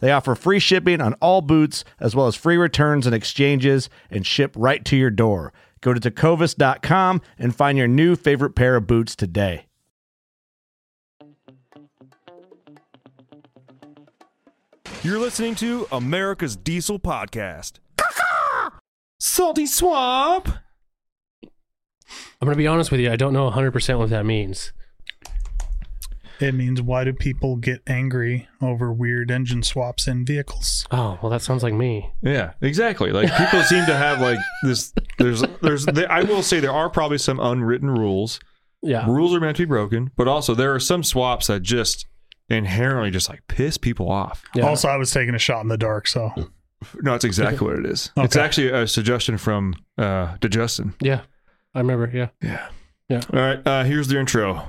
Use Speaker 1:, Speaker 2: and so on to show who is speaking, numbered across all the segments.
Speaker 1: They offer free shipping on all boots, as well as free returns and exchanges, and ship right to your door. Go to tecovas.com and find your new favorite pair of boots today.
Speaker 2: You're listening to America's Diesel Podcast. Salty Swamp!
Speaker 3: I'm going to be honest with you. I don't know 100% what that means.
Speaker 4: It means why do people get angry over weird engine swaps in vehicles?
Speaker 3: Oh, well, that sounds like me.
Speaker 2: Yeah, exactly. Like people seem to have like this. There's, there's. There, I will say there are probably some unwritten rules.
Speaker 3: Yeah.
Speaker 2: Rules are meant to be broken, but also there are some swaps that just inherently just like piss people off.
Speaker 3: Yeah.
Speaker 4: Also, I was taking a shot in the dark, so
Speaker 2: No, it's exactly what it is. It's
Speaker 4: Okay.
Speaker 2: actually a suggestion from uh, to Justin.
Speaker 3: Yeah. I remember. Yeah.
Speaker 2: All right, uh, here's the intro.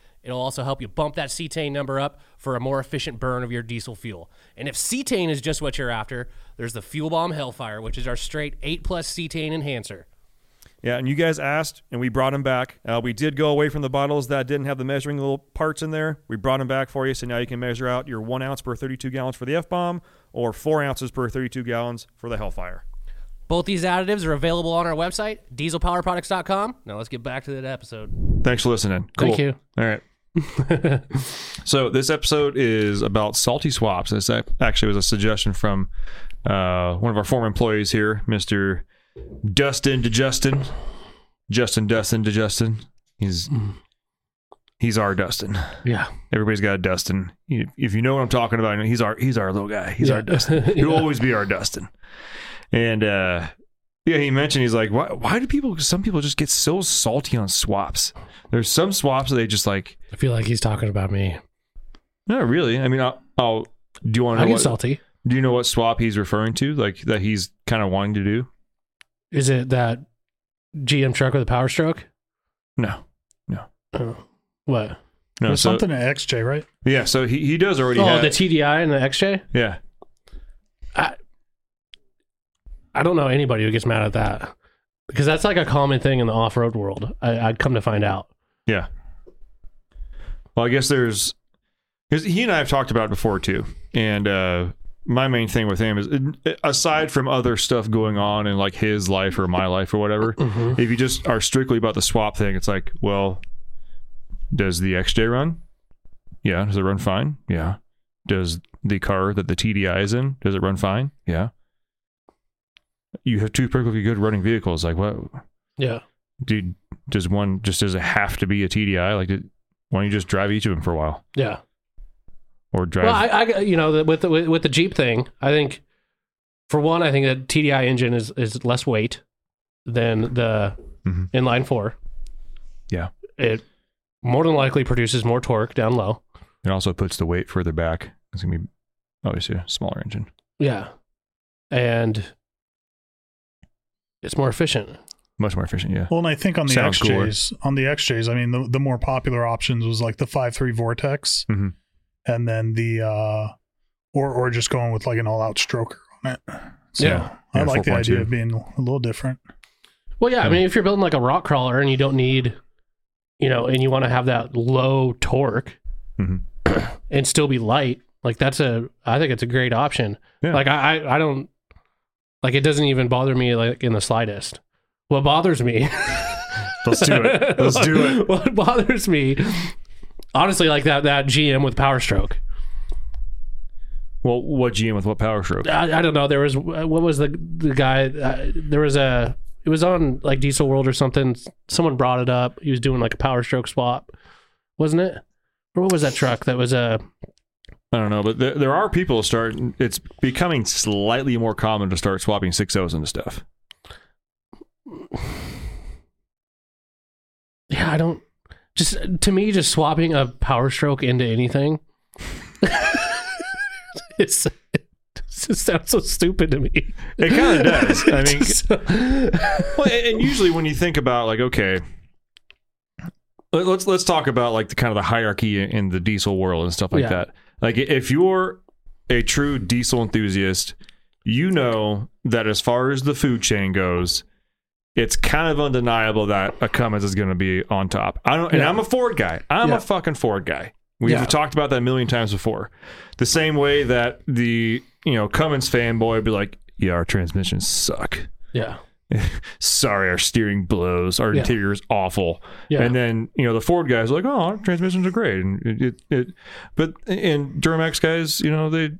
Speaker 5: It'll also help you bump that cetane number up for a more efficient burn of your diesel fuel. And if cetane is just what you're after, there's the Fuel Bomb Hellfire, which is our straight 8 plus cetane enhancer.
Speaker 2: Yeah, and you guys asked, and we brought them back. Uh, we did go away from the bottles that didn't have the measuring little parts in there. We brought them back for you, so now you can measure out your one ounce per 32 gallons for the F bomb, or four ounces per 32 gallons for the Hellfire.
Speaker 5: Both these additives are available on our website, dieselpowerproducts.com. Now let's get back to that episode.
Speaker 2: Thanks for listening.
Speaker 3: Thank you.
Speaker 2: All right. so this episode is about salty swaps. This ac- actually was a suggestion from uh, one of our former employees here, Mister Dustin to Justin, Justin Dustin to Justin. He's
Speaker 3: Mm.
Speaker 2: he's our Dustin.
Speaker 3: Yeah.
Speaker 2: Everybody's got a Dustin. You- If you know what I'm talking about, you know, he's our he's our little guy. He's our
Speaker 3: Yeah.
Speaker 2: Dustin.
Speaker 3: Yeah.
Speaker 2: He'll always be our Dustin. And uh, yeah, he mentioned he's like, why why do people? Some people just get so salty on swaps. There's some swaps that they just like.
Speaker 3: I feel like he's talking about me.
Speaker 2: Not really. I mean, I'll. I'll do you want
Speaker 3: I
Speaker 2: to know
Speaker 3: get
Speaker 2: what,
Speaker 3: salty.
Speaker 2: do you know what swap he's referring to? Like that he's kind of wanting to do?
Speaker 3: Is it that GM truck with a power stroke?
Speaker 2: No, no,
Speaker 3: Oh. What?
Speaker 2: no.
Speaker 4: there's
Speaker 2: So,
Speaker 4: something at XJ, right?
Speaker 2: yeah, so he, he does already.
Speaker 3: oh,
Speaker 2: have,
Speaker 3: the TDI and the XJ?
Speaker 2: yeah,
Speaker 3: I, I don't know anybody who gets mad at that because that's like a common thing in the off road world. I, I'd come to find out.
Speaker 2: yeah. Well, I guess there's. 'cause He and I have talked about it before too, and uh, my main thing with him is, aside from other stuff going on in like his life or my life or whatever, if you just are strictly about the swap thing, it's like, well, does the XJ run? Yeah. Does it run fine? Yeah. Does the car that the TDI is in, does it run fine? Yeah. you have two perfectly good running vehicles. Like, what?
Speaker 5: Yeah.
Speaker 2: Dude, does one just does it have to be a TDI? Like, did, why don't you just drive each of them for a while
Speaker 5: Yeah.
Speaker 2: or drive?
Speaker 5: Well, I, I you know, the- with the, with, with the Jeep thing, I think for one, I think the TDI engine is is less weight than the
Speaker 2: Mhm.
Speaker 5: inline four.
Speaker 2: Yeah.
Speaker 5: It more than likely produces more torque down low.
Speaker 2: it also puts the weight further back. It's gonna be obviously a smaller engine.
Speaker 5: Yeah. And it's more efficient.
Speaker 2: Much more efficient, yeah.
Speaker 4: Well, and I think on the
Speaker 2: Sounds cooler.
Speaker 4: XJs, on the XJs, I mean, the, the more popular options was like the five three Vortex,
Speaker 2: Mhm.
Speaker 4: and then the, uh, or or just going with like an all out stroker on it. So
Speaker 5: Yeah.
Speaker 4: I
Speaker 2: Yeah,
Speaker 4: like the
Speaker 2: 4.2.
Speaker 4: idea of being a little different.
Speaker 5: Well, yeah, I mean, if you're building like a rock crawler and you don't need, you know, and you want to have that low torque
Speaker 2: Mhm.
Speaker 5: and still be light, like that's a, I think it's a great option.
Speaker 2: Yeah.
Speaker 5: Like I, I, I don't, like it doesn't even bother me like in the slightest. What bothers me,
Speaker 2: Let's do it. Let's do it.
Speaker 5: what bothers me, honestly, like that that GM with Power Stroke.
Speaker 2: Well, what GM with what power stroke?
Speaker 5: I, I don't know. There was what was the the guy? Uh, there was a. It was on like Diesel World or something. Someone brought it up. He was doing like a Power Stroke swap, wasn't it? Or what was that truck that was a?
Speaker 2: I don't know, but there, there are people start. It's becoming slightly more common to start swapping six O's into stuff.
Speaker 5: Yeah, I don't. Just to me, just swapping a Power Stroke into anything. it's. It just sounds so stupid to me.
Speaker 2: It kind of does. I mean,
Speaker 5: mean,
Speaker 2: well, and and usually when you think about like, okay, let- let's let's talk about like the kind of the hierarchy in the diesel world and stuff like
Speaker 5: Yeah.
Speaker 2: that. Like, if you're a true diesel enthusiast, you know that as far as the food chain goes, it's kind of undeniable that a Cummins is going to be on top. I don't, and
Speaker 5: Yeah.
Speaker 2: I'm a Ford guy. I'm
Speaker 5: Yeah.
Speaker 2: a fucking Ford guy. We've
Speaker 5: Yeah.
Speaker 2: talked about that a million times before. The same way that the you know Cummins fanboy would be like, yeah, our transmissions suck.
Speaker 5: yeah,
Speaker 2: Sorry, our steering blows. Our
Speaker 5: Yeah.
Speaker 2: interior is awful.
Speaker 5: Yeah.
Speaker 2: And then you know the Ford guys are like, oh, our transmissions are great, and it, it, it but and Duramax guys, you know they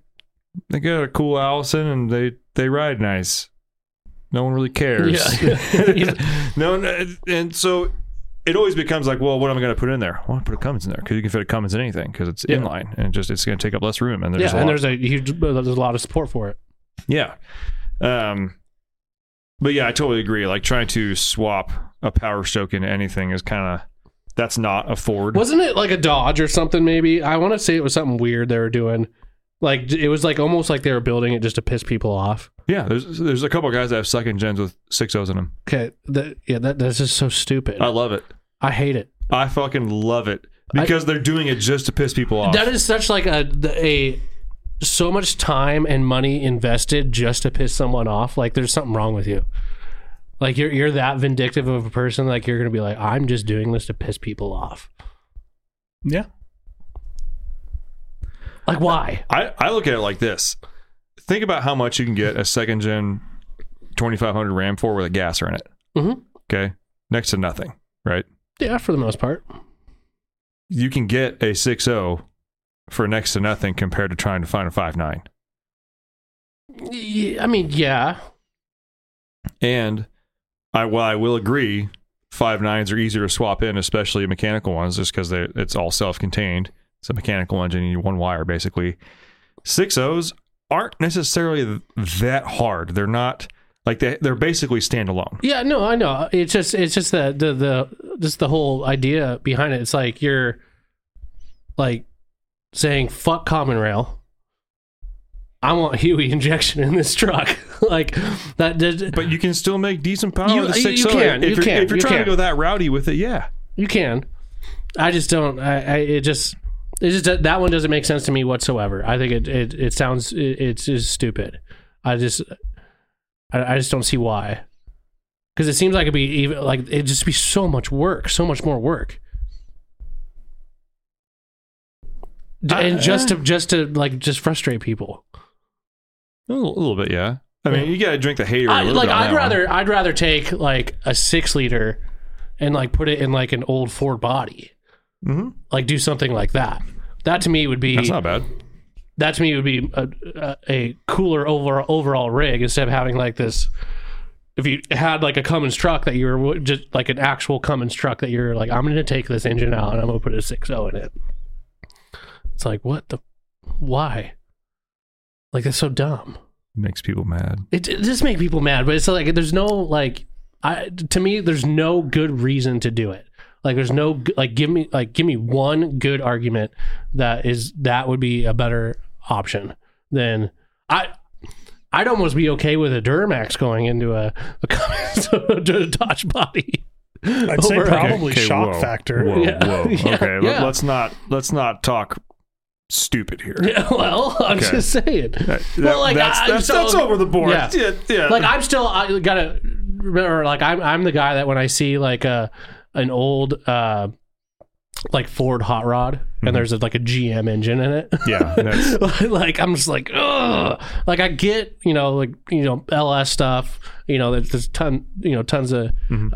Speaker 2: they got a cool Allison and they they ride nice. No one really cares.
Speaker 5: Yeah. Yeah.
Speaker 2: no, no, and so it always becomes like, well, what am I going to put in there? Well, I put a Cummins in there because you can fit a Cummins in anything because it's
Speaker 5: Yeah.
Speaker 2: inline and just it's going to take up less room. And there's a
Speaker 5: yeah.
Speaker 2: lot.
Speaker 5: And there's a huge. There's a lot of support for it.
Speaker 2: Yeah. Um but yeah, I totally agree. Like trying to swap a power stroke into anything is kind of that's not a Ford.
Speaker 5: Wasn't it like a Dodge or something? Maybe I want to say it was something weird they were doing. Like j- it was like almost like they were building it just to piss people off.
Speaker 2: Yeah, there's there's a couple guys that have second gens with six O's in them.
Speaker 5: Okay, that, yeah, that that's just so stupid.
Speaker 2: I
Speaker 5: I,
Speaker 2: love it.
Speaker 5: hate it.
Speaker 2: I fucking love it because they're doing it just to piss people off.
Speaker 5: That is such like a the- a so much time and money invested just to piss someone off. Like there's something wrong with you. Like you're you're that vindictive of a person. Like you're gonna be like, I'm just doing this to piss people off.
Speaker 4: Yeah.
Speaker 5: Like why?
Speaker 2: I I look at it like this. Think about how much you can get a second gen 2500 Ram for with a gasser in it.
Speaker 5: Mhm.
Speaker 2: Okay, next to nothing, right?
Speaker 5: Yeah, for the most part.
Speaker 2: you can get a 6.0 for next to nothing compared to trying to find a 5.9.
Speaker 5: Y- I mean, yeah,
Speaker 2: And I well, I will agree, 5.9s are easier to swap in, especially mechanical ones, just because it's all self-contained. It's a mechanical engine, you need one wire basically. 6.0s aren't necessarily th- that hard. They're not like they they're basically standalone.
Speaker 5: Yeah, no, I know. It's just it's just the the the just the whole idea behind it. It's like you're like saying fuck common rail. I want Huey injection in this truck. like that, that
Speaker 2: But you can still make decent power
Speaker 5: You-
Speaker 2: with a
Speaker 5: you-
Speaker 2: 6.0.
Speaker 5: you can,
Speaker 2: if
Speaker 5: you
Speaker 2: you're,
Speaker 5: can,
Speaker 2: if you're
Speaker 5: you
Speaker 2: trying
Speaker 5: can.
Speaker 2: to go that rowdy with it, yeah.
Speaker 5: you can. I just don't I, I it just it just that one doesn't make sense to me whatsoever. I think it it, it sounds it, it's just stupid. I just I, I just don't see why. Cuz it seems like it'd be even like it'd just be so much work, so much more work. D- and just
Speaker 2: uh,
Speaker 5: to just to like just frustrate people.
Speaker 2: A little, a little bit, yeah. I mean, you gotta drink the hater. a
Speaker 5: I,
Speaker 2: little
Speaker 5: like
Speaker 2: bit on
Speaker 5: I'd
Speaker 2: that one.
Speaker 5: rather I'd rather take like a 6 liter and like put it in like an old Ford body.
Speaker 2: Mhm.
Speaker 5: Like do something like that. That to me would be
Speaker 2: That's not bad.
Speaker 5: that to me would be a, a, a cooler overall overall rig instead of having like this if you had like a Cummins truck that you were w- just like an actual Cummins truck that you're like, I'm going to take this engine out and I'm going to put a 6.0 in it. It's like, what the, why? Like, that's so dumb.
Speaker 2: Makes people mad.
Speaker 5: It, it just make people mad, but it's like, there's no like, I, to me, there's no good reason to do it. Like, there's no, g- like, give me, like, give me one good argument that is, that would be a better option than I, I'd almost be okay with a Duramax going into a, a, Cummins- to a Dodge body.
Speaker 4: I'd say
Speaker 5: Over-
Speaker 4: probably shock
Speaker 2: whoa,
Speaker 4: factor.
Speaker 2: Whoa,
Speaker 5: Yeah.
Speaker 2: whoa.
Speaker 5: Yeah,
Speaker 2: okay, let-
Speaker 5: yeah.
Speaker 2: let's not let's not talk stupid here.
Speaker 5: Yeah, well, I'm
Speaker 2: Okay.
Speaker 5: just saying.
Speaker 2: That-
Speaker 5: Well, like,
Speaker 2: that's,
Speaker 5: I-
Speaker 2: that's,
Speaker 5: so-
Speaker 2: that's over the board.
Speaker 5: yeah.
Speaker 2: yeah. yeah.
Speaker 5: Like I'm still I gotta remember. Like I'm I'm the guy that when I see like a an old uh like Ford hot rod and there's a, like a GM engine in it.
Speaker 2: yeah, that's,
Speaker 5: like I'm just like ugh. Like I get you know like you know LS stuff. You know there's, there's ton you know tons of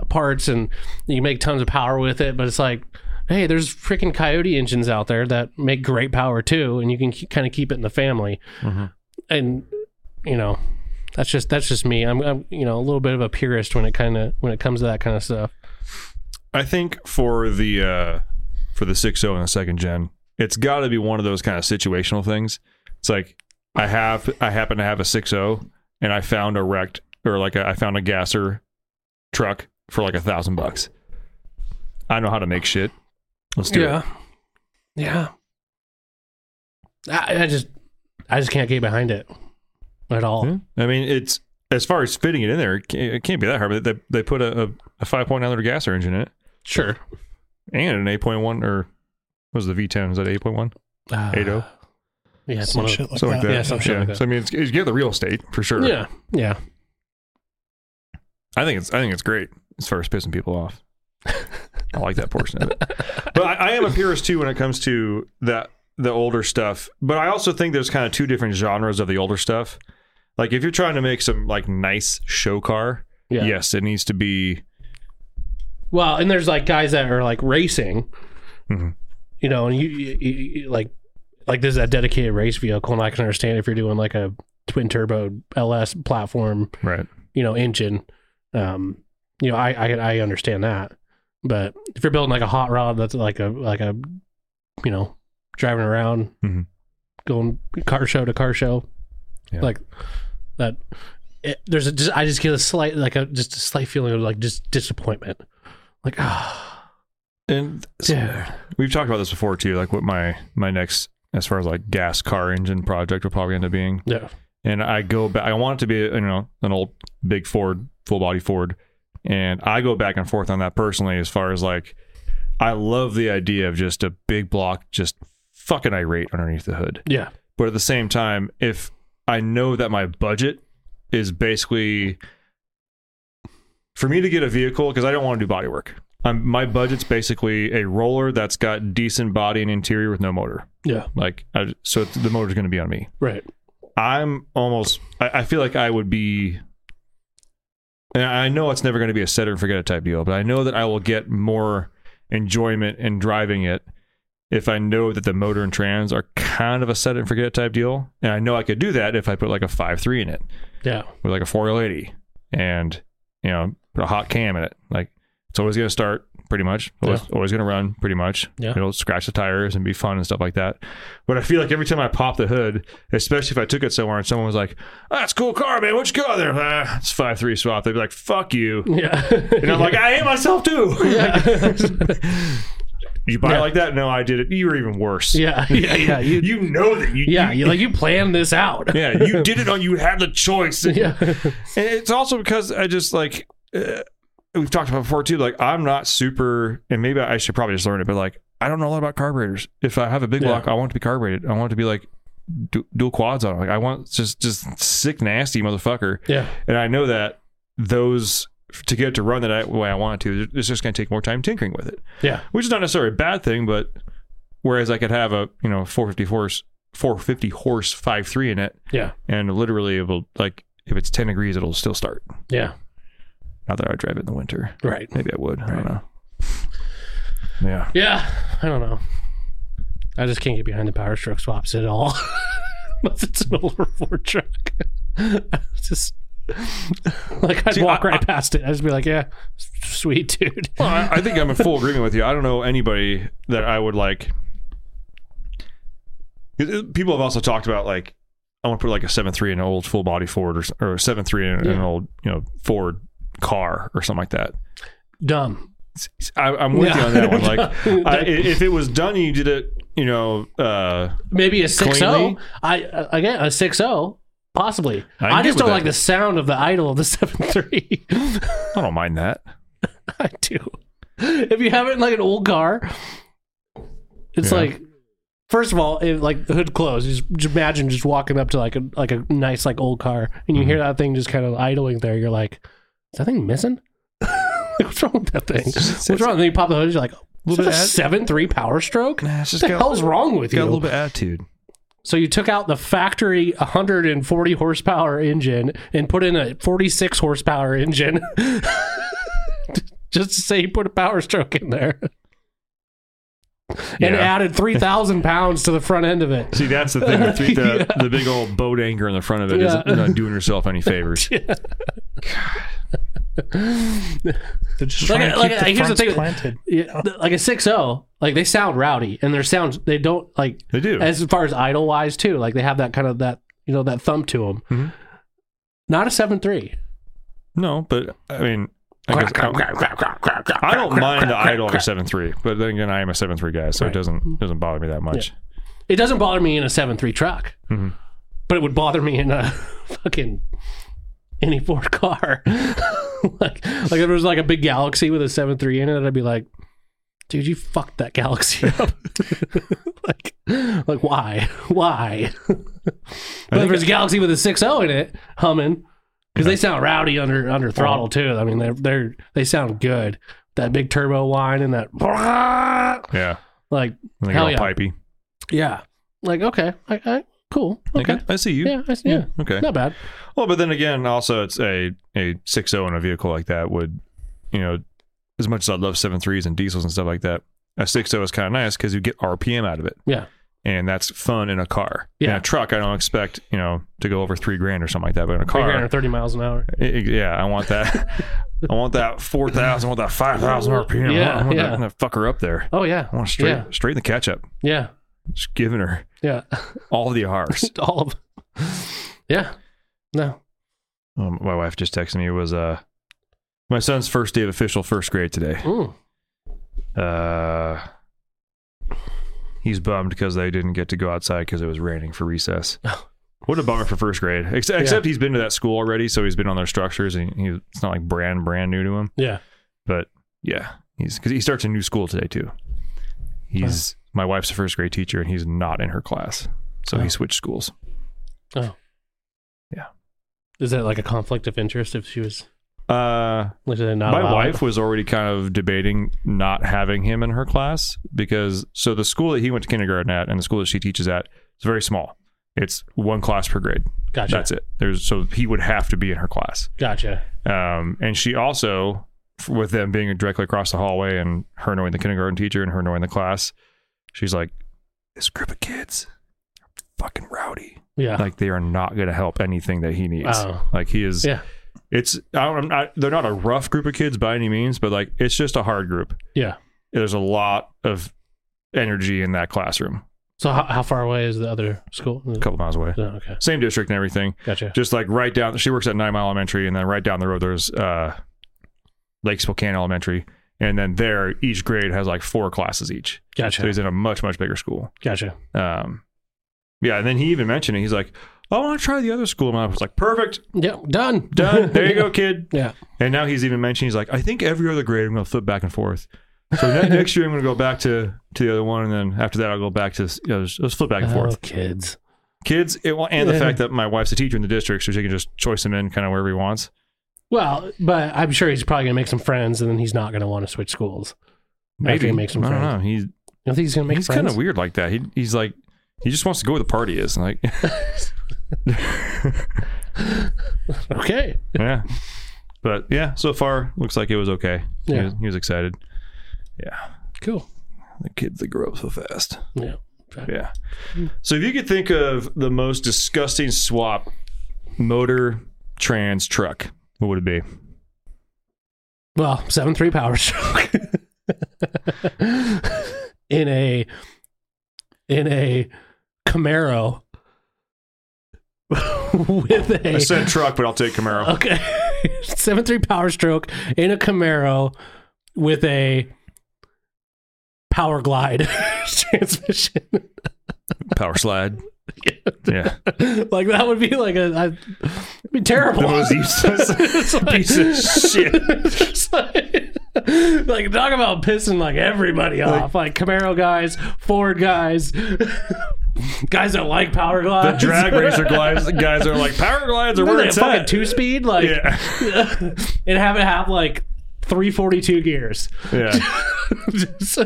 Speaker 5: parts and you make tons of power with it. But it's like hey, there's freaking Coyote engines out there that make great power too, and you can kind of keep it in the family. And you know that's just that's just me. I'm, I'm you know a little bit of a purist when it kind of when it comes to that kind of stuff.
Speaker 2: I think for the uh for the 6.0 and the second gen, it's got to be one of those kind of situational things. It's like I have I happen to have a 6.0 and I found a wrecked or like a, I found a gasser truck for like a thousand bucks. I know how to make shit. Let's do it.
Speaker 5: Yeah. I, I just I just can't get behind it at all.
Speaker 2: I mean, it's as far as fitting it in there, it can't, it can't be that hard. But they they put a a, a 5.9 liter gasser engine in it
Speaker 5: Sure.
Speaker 2: and an 8.1 or what was the V10? Is that 8.1?
Speaker 5: Uh,
Speaker 2: 8.0.
Speaker 5: Yeah, it's
Speaker 4: Some
Speaker 5: one of-
Speaker 4: shit like
Speaker 2: oh? something
Speaker 4: that.
Speaker 2: like that.
Speaker 5: Yeah, some shit like that.
Speaker 2: So I mean, it's, it's you have the real estate for sure.
Speaker 5: Yeah, yeah.
Speaker 2: I think it's I think it's great as far as pissing people off. I like that portion of it. But I, I am a purist too when it comes to that the older stuff. But I also think there's kind of two different genres of the older stuff. Like if you're trying to make some like nice show car,
Speaker 5: Yeah.
Speaker 2: yes, it needs to be
Speaker 5: Well, and there's like guys that are like racing,
Speaker 2: Mm-hmm.
Speaker 5: you know, and you, you, you, you- like like this is a dedicated race vehicle, and I can understand if you're doing like a twin turbo LS platform,
Speaker 2: right.
Speaker 5: you know, engine. Um, you know, I, I I understand that, but if you're building like a hot rod, that's like a like a, you know, driving around,
Speaker 2: Mhm.
Speaker 5: going car show to car show,
Speaker 2: Yeah.
Speaker 5: like that. It, there's a just I just get a slight like a just a slight feeling of like just disappointment, like ah,
Speaker 2: And
Speaker 5: dude,
Speaker 2: we've talked about this before too. Like what my my next as far as like gas car engine project will probably end up being.
Speaker 5: yeah,
Speaker 2: and I go back. I want it to be you know an old big Ford, full body Ford, and I go back and forth on that personally. As far as like, I love the idea of just a big block, just fucking irate underneath the hood.
Speaker 5: yeah,
Speaker 2: But at the same time, if I know that my budget is basically for me to get a vehicle because I don't want to do body work. I'm, my budget's basically a roller that's got decent body and interior with no motor.
Speaker 5: yeah,
Speaker 2: Like, I, so it's- the motor's going to be on me.
Speaker 5: right,
Speaker 2: I'm almost. I, I feel like I would be. And I know it's never going to be a set it and forget it type deal, but I know that I will get more enjoyment in driving it if I know that the motor and trans are kind of a set it and forget it type deal. And I know I could do that if I put like a five three in it
Speaker 5: yeah,
Speaker 2: with like a 480 and, you know, put a hot cam in it. Like it's always going to start pretty much, always, always going to run pretty much.
Speaker 5: Yeah.
Speaker 2: It'll scratch the tires and be fun and stuff like that. But I feel like every time I pop the hood, especially if I took it somewhere and someone was like, oh, that's a cool car, man. What you got there? Ah, it's 5.3 swap. They'd be like, fuck you.
Speaker 5: yeah.
Speaker 2: And I'm like, I hate myself too. you buy it
Speaker 5: Yeah.
Speaker 2: like that? No, I did it. You were even worse.
Speaker 5: Yeah, yeah, yeah. You,
Speaker 2: You know that you
Speaker 5: yeah, you like you planned this out.
Speaker 2: yeah, you did it on you had the choice. And-
Speaker 5: yeah,
Speaker 2: And it's also because I just like uh, we've talked about before too. Like I'm not super, and maybe I should probably just learn it, but like I don't know a lot about carburetors. If I have a big
Speaker 5: Yeah.
Speaker 2: block, I want it to be carbureted. I want it to be like du- dual quads on. it. Like I want just just sick nasty motherfucker.
Speaker 5: yeah,
Speaker 2: And I know that those to get it to run that way I want it to, it's just going to take more time tinkering with it
Speaker 5: yeah.
Speaker 2: which is not necessarily a bad thing, but whereas I could have a you know 450 horse 450 horse 53 in it,
Speaker 5: Yeah.
Speaker 2: and literally it will like if it's 10 degrees it'll still start.
Speaker 5: yeah.
Speaker 2: Not that I would drive it in the winter,
Speaker 5: Right.
Speaker 2: maybe I would. I don't know. Yeah,
Speaker 5: Yeah, I don't know. I just can't get behind the power stroke swaps at all. Unless it's an older Ford truck. I just like I'd
Speaker 2: See,
Speaker 5: walk
Speaker 2: I-
Speaker 5: right past it. I'd just be like, yeah, s- sweet dude.
Speaker 2: Well, I, I think I'm in full agreement with you. I don't know anybody that I would like. People have also talked about like I want to put like a seven three in an old full body Ford or s- or seven three in an
Speaker 5: Yeah.
Speaker 2: old you know Ford car or something like that.
Speaker 5: Dumb.
Speaker 2: I, I'm with
Speaker 5: Yeah.
Speaker 2: you on that one. Like I, i- if it was done, and you did it. You know, uh,
Speaker 5: Maybe a six
Speaker 2: Cleanly?
Speaker 5: zero. I uh, again a six zero. Possibly.
Speaker 2: I can
Speaker 5: I,
Speaker 2: get
Speaker 5: just
Speaker 2: with
Speaker 5: don't
Speaker 2: that.
Speaker 5: like the sound of the idle of the seven three.
Speaker 2: I don't mind that.
Speaker 5: I do. If you have it in like an old car, it's
Speaker 2: Yeah.
Speaker 5: like first of all, if like the hood closed, just, just imagine just walking up to like a like a nice like old car and you hear that thing just kind of idling there, you're like, Is that thing missing? Like, What's wrong with that thing? What's wrong? And then you pop the hood, you're like, is
Speaker 2: bit
Speaker 5: that a
Speaker 2: of ad-
Speaker 5: seven three power stroke?
Speaker 2: Nah, it's
Speaker 5: What
Speaker 2: just
Speaker 5: the
Speaker 2: got-
Speaker 5: hell's wrong with
Speaker 2: Got a little
Speaker 5: you?
Speaker 2: bit of attitude.
Speaker 5: So you took out the factory 140 horsepower engine and put in a 46 horsepower engine. Just to say you put a power stroke in there. And
Speaker 2: Yeah.
Speaker 5: added 3,000 pounds to the front end of it.
Speaker 2: See, that's the thing. The, three, the, the big old boat anchor in the front of it
Speaker 5: Yeah.
Speaker 2: not doing yourself any favors.
Speaker 4: They're just
Speaker 5: Look
Speaker 4: trying
Speaker 5: at-
Speaker 4: to
Speaker 5: look
Speaker 4: keep
Speaker 5: at-
Speaker 4: the
Speaker 5: here's the
Speaker 4: fronts
Speaker 5: thing-
Speaker 4: planted.
Speaker 5: Yeah, th- like a 6.0, like they sound rowdy and their sounds, they don't like,
Speaker 2: They do.
Speaker 5: as far as idle wise too, like they have that kind of that, you know, that thump to them. Not a 7.3.
Speaker 2: No, but I mean, I, guess, I, I don't mind the idol of a seven three, but then again, I am a seven three guy, so it
Speaker 5: Right.
Speaker 2: doesn't doesn't bother me that much.
Speaker 5: It doesn't bother me in a seven three truck,
Speaker 2: Mhm.
Speaker 5: but it would bother me in a fucking any Ford car. like, like if there was like a big Galaxy with a seven three in it, I'd be like, dude, you fucked that Galaxy up. like, like why, why? but if there's a Galaxy with a 6.0 in it, humming because they sound rowdy under under throttle too. I mean, they're they're they sound good. That big turbo line and that
Speaker 2: Yeah,
Speaker 5: like
Speaker 2: I think
Speaker 5: Hell
Speaker 2: all
Speaker 5: yeah.
Speaker 2: pipey.
Speaker 5: yeah. Like, okay. I, I, cool.
Speaker 2: Like,
Speaker 5: Okay.
Speaker 2: I I see you.
Speaker 5: Yeah, I see. Yeah.
Speaker 2: Okay.
Speaker 5: Not bad.
Speaker 2: Well, but then again, also it's a a six zero in a vehicle like that would, you know, as much as I love seven threes and diesels and stuff like that, a six zero is kind of nice because you get RPM out of it.
Speaker 5: Yeah.
Speaker 2: And that's fun in a car. In
Speaker 5: Yeah.
Speaker 2: a truck, I don't expect you know to go over three grand or something like that. But in a
Speaker 5: Three
Speaker 2: car,
Speaker 5: grand or 30 miles an hour.
Speaker 2: I- I- Yeah, I want that. I want that four thousand. I want that five thousand RPM.
Speaker 5: Yeah,
Speaker 2: I want
Speaker 5: yeah.
Speaker 2: That, that fucker up there.
Speaker 5: Oh, yeah.
Speaker 2: I want straight,
Speaker 5: Yeah.
Speaker 2: straight in the catch up.
Speaker 5: Yeah.
Speaker 2: Just giving her
Speaker 5: Yeah.
Speaker 2: all the R's.
Speaker 5: All of Yeah. No.
Speaker 2: um, my wife just texted me. It was uh, my son's first day of official first grade today.
Speaker 5: Mm.
Speaker 2: Uh, he's bummed because they didn't get to go outside because it was raining for recess. What a bummer for first grade. Ex- Except he's been to that school already, so he's been on their structures, and he, it's not like brand brand new to him.
Speaker 5: Yeah.
Speaker 2: but yeah, he's because he starts a new school today too. He's my wife's a first grade teacher, and he's not in her class, so
Speaker 5: Oh.
Speaker 2: he switched schools.
Speaker 5: Is that like a conflict of interest if she was
Speaker 2: Uh,
Speaker 5: like, not
Speaker 2: my
Speaker 5: allowed?
Speaker 2: wife was already kind of debating not having him in her class because so the school that he went to kindergarten at and the school that she teaches at is very small. It's one class per grade.
Speaker 5: Gotcha.
Speaker 2: That's it. There's so he would have to be in her class.
Speaker 5: Gotcha.
Speaker 2: Um, and she also, f- with them being directly across the hallway and her knowing the kindergarten teacher and her knowing the class, she's like, this group of kids are fucking rowdy.
Speaker 5: Yeah.
Speaker 2: Like they are not going to help anything that he needs.
Speaker 5: Oh.
Speaker 2: Like he is,
Speaker 5: yeah.
Speaker 2: it's, I don't, I'm not, they're not a rough group of kids by any means, but like it's just a hard group.
Speaker 5: Yeah.
Speaker 2: There's a lot of energy in that classroom,
Speaker 5: So how, how far away is the other school?
Speaker 2: a couple miles away.
Speaker 5: Oh, okay.
Speaker 2: Same district and everything.
Speaker 5: Gotcha.
Speaker 2: Just like right down, she works at Nine Mile Elementary, and then right down the road there's uh, Lake Spokane Elementary, and then there each grade has like four classes each.
Speaker 5: Gotcha.
Speaker 2: So he's in a much much bigger school.
Speaker 5: Gotcha.
Speaker 2: Um, yeah, and then he even mentioned it. He's like, "Oh, "I want to try the other school," and I was like, "Perfect,
Speaker 5: Yeah. Done.
Speaker 2: done. There you go, kid."
Speaker 5: Yeah.
Speaker 2: And now he's even mentioned he's like, "I think every other grade I'm going to flip back and forth." So ne- next year I'm going to go back to to the other one, and then after that I'll go back to s- you know, just, just flip back and forth
Speaker 5: Oh, kids.
Speaker 2: kids it, well, and the
Speaker 5: Yeah.
Speaker 2: fact that my wife's a teacher in the district so she can just choice them in kind of wherever he wants
Speaker 5: Well, but I'm sure he's probably going to make some friends and then he's not going to want to switch schools. After
Speaker 2: maybe
Speaker 5: he makes some
Speaker 2: i don't
Speaker 5: friends.
Speaker 2: know he's,
Speaker 5: You don't think he's going to make
Speaker 2: he's
Speaker 5: friends?
Speaker 2: kind of weird like that he, he's like he just wants to go where the party is and like
Speaker 5: Okay.
Speaker 2: yeah but yeah so far looks like it was okay he,
Speaker 5: Yeah.
Speaker 2: was, he was excited
Speaker 5: Cool.
Speaker 2: the kids that grow up so fast
Speaker 5: Yeah.
Speaker 2: yeah so if you could think of the most disgusting swap motor trans truck, what would it be?
Speaker 5: Well, seven three power stroke. in a in a Camaro with a
Speaker 2: I said truck, but I'll take Camaro.
Speaker 5: okay seven three power stroke in a Camaro with a power glide transmission.
Speaker 2: Power slide. Yeah.
Speaker 5: like that would be like a I, it'd be terrible.
Speaker 2: That was useless.
Speaker 5: It's like-
Speaker 2: Piece of shit.
Speaker 5: It's like, like, talk about pissing like everybody off, like Camaro guys, Ford guys, guys that like power
Speaker 2: The
Speaker 5: glides.
Speaker 2: drag racer guys, guys are like power glides are
Speaker 5: What are
Speaker 2: where
Speaker 5: they, a
Speaker 2: it's
Speaker 5: fucking
Speaker 2: at.
Speaker 5: two speed, like,
Speaker 2: yeah.
Speaker 5: and have it have like 342 gears.
Speaker 2: Yeah.
Speaker 5: just,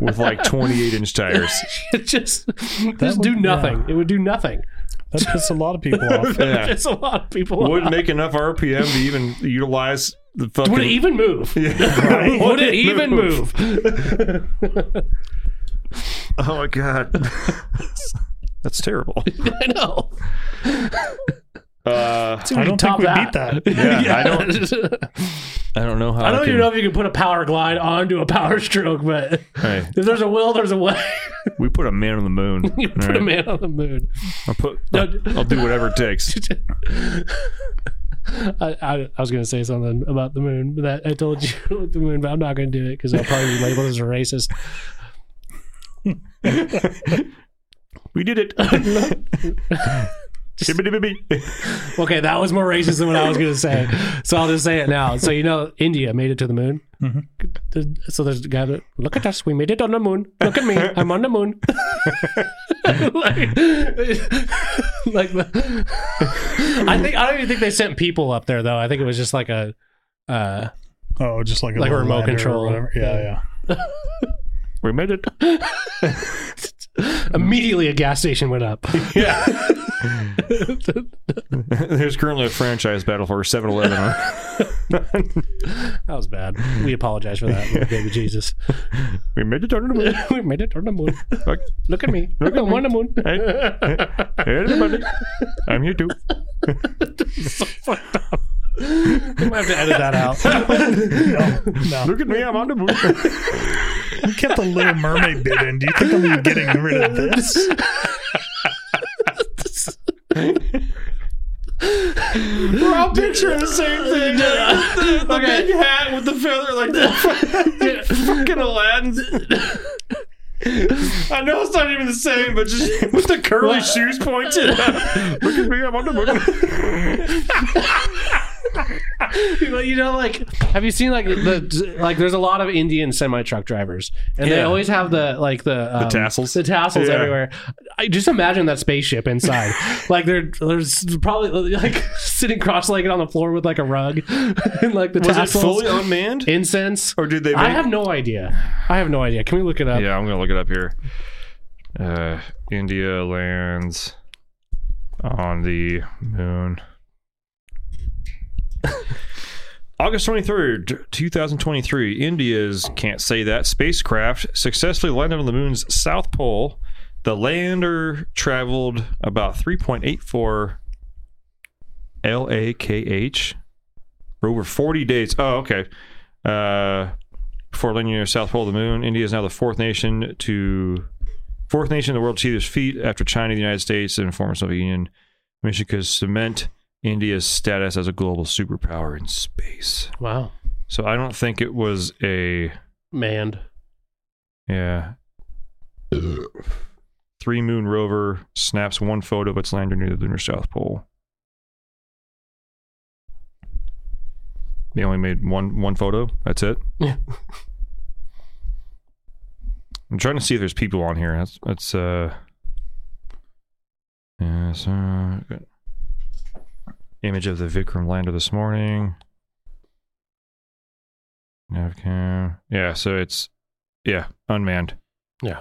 Speaker 2: With like 28 inch tires.
Speaker 5: just, just do
Speaker 4: would-
Speaker 5: nothing. It would do nothing.
Speaker 4: That pisses a lot of people off.
Speaker 2: Yeah.
Speaker 5: It's a lot of people.
Speaker 2: Wouldn't make enough RPM to even utilize the fucking.
Speaker 5: would it even move? would it even move?
Speaker 2: Oh my god, that's terrible.
Speaker 5: I know.
Speaker 2: Uh,
Speaker 4: I don't think
Speaker 5: top
Speaker 4: we
Speaker 5: that.
Speaker 4: beat that.
Speaker 2: yeah, I don't. I don't know how.
Speaker 5: I don't
Speaker 2: can-
Speaker 5: even know if you can put a power glide onto a power stroke, but
Speaker 2: Hey,
Speaker 5: if there's a will, there's a way.
Speaker 2: we put a man on the moon.
Speaker 5: you put a
Speaker 2: alright?
Speaker 5: man on the moon.
Speaker 2: I'll put.
Speaker 5: No,
Speaker 2: I'll do whatever it takes.
Speaker 5: I, I, I was going to say something about the moon but that I told you with the moon, but I'm not going to do it because I'll probably be labeled as a racist.
Speaker 2: We did it.
Speaker 5: Okay, that was more racist than what I was going to say. So I'll just say it now. So, you know, India made it to the moon. So there's a guy that, look at us. We made it on the moon. Look at me. I'm on the moon. like, like the- I think, I don't even think they sent people up there, though. I think it was just like a, uh,
Speaker 4: Oh, just like a
Speaker 5: Like a
Speaker 4: little
Speaker 5: remote
Speaker 4: ladder or
Speaker 5: control.
Speaker 4: whatever. Yeah, yeah.
Speaker 2: we made it.
Speaker 5: immediately a gas station went up.
Speaker 2: There's currently a franchise battle for 7-Eleven. huh?
Speaker 5: That was bad. We apologize for that, little baby Jesus.
Speaker 2: we made it on the moon.
Speaker 5: we made it on the moon.
Speaker 2: Fuck.
Speaker 5: Look at me. Look at I'm on the moon.
Speaker 2: Hey, hey, everybody, I'm here too.
Speaker 5: We might have to edit that out.
Speaker 2: Look at me, I'm on the moon.
Speaker 4: We kept the Little Mermaid bit in. Do you think I'm getting rid of this?
Speaker 5: We're all picturing the same thing. the big hat with the feather like that.
Speaker 2: Fucking Aladdin. I know it's not even the same, but just with the curly shoes pointed. Look at me, I'm on the moon.
Speaker 5: you know, like, have you seen like the like? There's a lot of Indian semi truck drivers, and they
Speaker 2: Yeah.
Speaker 5: always have the like the, um,
Speaker 2: tassels?
Speaker 5: the tassels
Speaker 2: Yeah.
Speaker 5: everywhere. I just imagine that spaceship inside. like they're there's probably like sitting cross legged on the floor with like a rug and like the
Speaker 2: Was it
Speaker 5: tassels.
Speaker 2: fully unmanned?
Speaker 5: Incense,
Speaker 2: Or did they
Speaker 5: I
Speaker 2: make-
Speaker 5: have no idea. I have no idea. Can we look it up?
Speaker 2: Yeah, I'm gonna look it up here. Uh, India lands on the moon. August 23rd, 2023, India's can't say that spacecraft successfully landed on the moon's south pole. The lander traveled about 3.84 LAKH for over 40 days. Oh, okay. Uh, before landing near South Pole of the Moon. India is now the fourth nation to fourth nation in the world to see this feat after China, the United States, and former Soviet Union. Mission could cement India's status as a global superpower in space.
Speaker 5: Wow,
Speaker 2: So I don't think it was a
Speaker 5: manned.
Speaker 2: yeah. Three moon rover snaps one photo of its lander near the lunar south pole. They only made one one photo. That's it.
Speaker 5: Yeah.
Speaker 2: I'm trying to see if there's people on here. That's that's uh. Yeah, so good. Image of the Vikram lander this morning. Navcam. Yeah, so it's yeah, unmanned.
Speaker 5: Yeah.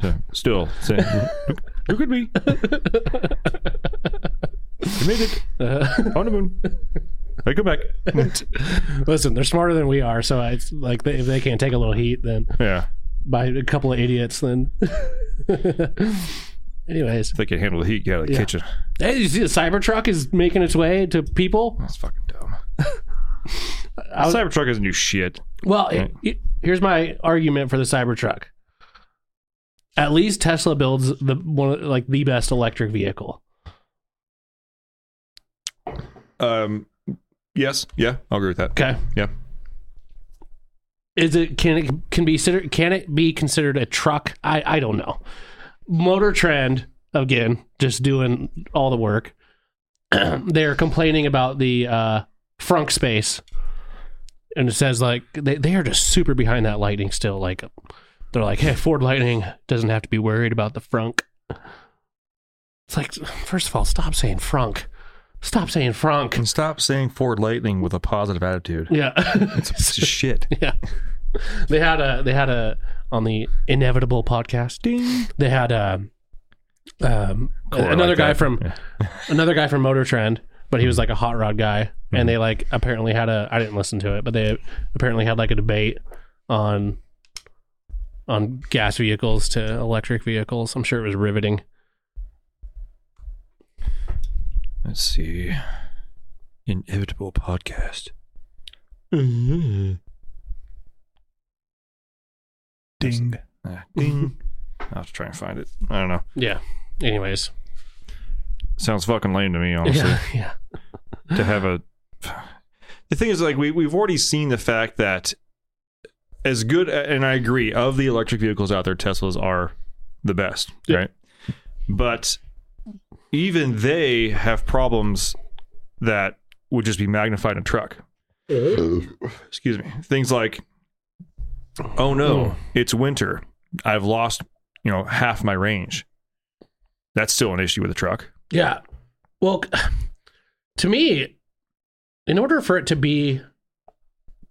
Speaker 2: So, still, so, look, look at me. You made it on the moon. I go back.
Speaker 5: Listen, they're smarter than we are, so it's like they, if they can't take a little heat, then
Speaker 2: Yeah.
Speaker 5: by a couple of idiots, then Anyways,
Speaker 2: If they can handle the heat, get out of the
Speaker 5: Yeah.
Speaker 2: kitchen.
Speaker 5: hey, you see the Cybertruck is making its way to people.
Speaker 2: That's fucking dumb.
Speaker 5: was-
Speaker 2: Cybertruck doesn't do shit.
Speaker 5: Well, it- it- here's my argument for the Cybertruck. At least Tesla builds the one of- like the best electric vehicle.
Speaker 2: Um, yes, yeah, I'll agree with that.
Speaker 5: Okay.
Speaker 2: Yeah.
Speaker 5: Is it can it can be considered can it be considered a truck? I I don't know. Motor Trend again, just doing all the work. They're complaining about the uh, frunk space, and it says like they they are just super behind that Lightning still. Like they're like, hey, Ford Lightning doesn't have to be worried about the frunk. It's like, first of all, stop saying frunk. Stop saying frunk.
Speaker 2: And stop saying Ford Lightning with a positive attitude.
Speaker 5: Yeah.
Speaker 2: It's just shit.
Speaker 5: Yeah. They had a they had a on the inevitable podcast. They had a um
Speaker 2: Cool, I
Speaker 5: another
Speaker 2: like
Speaker 5: guy
Speaker 2: that.
Speaker 5: from
Speaker 2: Yeah.
Speaker 5: another guy from Motor Trend, but he was like a hot rod guy
Speaker 2: Mm-hmm.
Speaker 5: and they like apparently had a I didn't listen to it, but they apparently had like a debate on on gas vehicles to electric vehicles. I'm sure it was riveting.
Speaker 2: Let's see. Inevitable podcast.
Speaker 4: Ding.
Speaker 2: Ah, ding. I'll have to try and find it. I don't know.
Speaker 5: Yeah. Anyways.
Speaker 2: Sounds fucking lame to me, honestly.
Speaker 5: Yeah. Yeah.
Speaker 2: to have a the thing is like we, we've already seen the fact that as good and i agree of the electric vehicles out there teslas are the best
Speaker 5: Yeah.
Speaker 2: right but even they have problems that would just be magnified in a truck excuse me things like oh no it's winter i've lost you know half my range that's still an issue with a truck
Speaker 5: Yeah. Well, c- to me, in order for it to be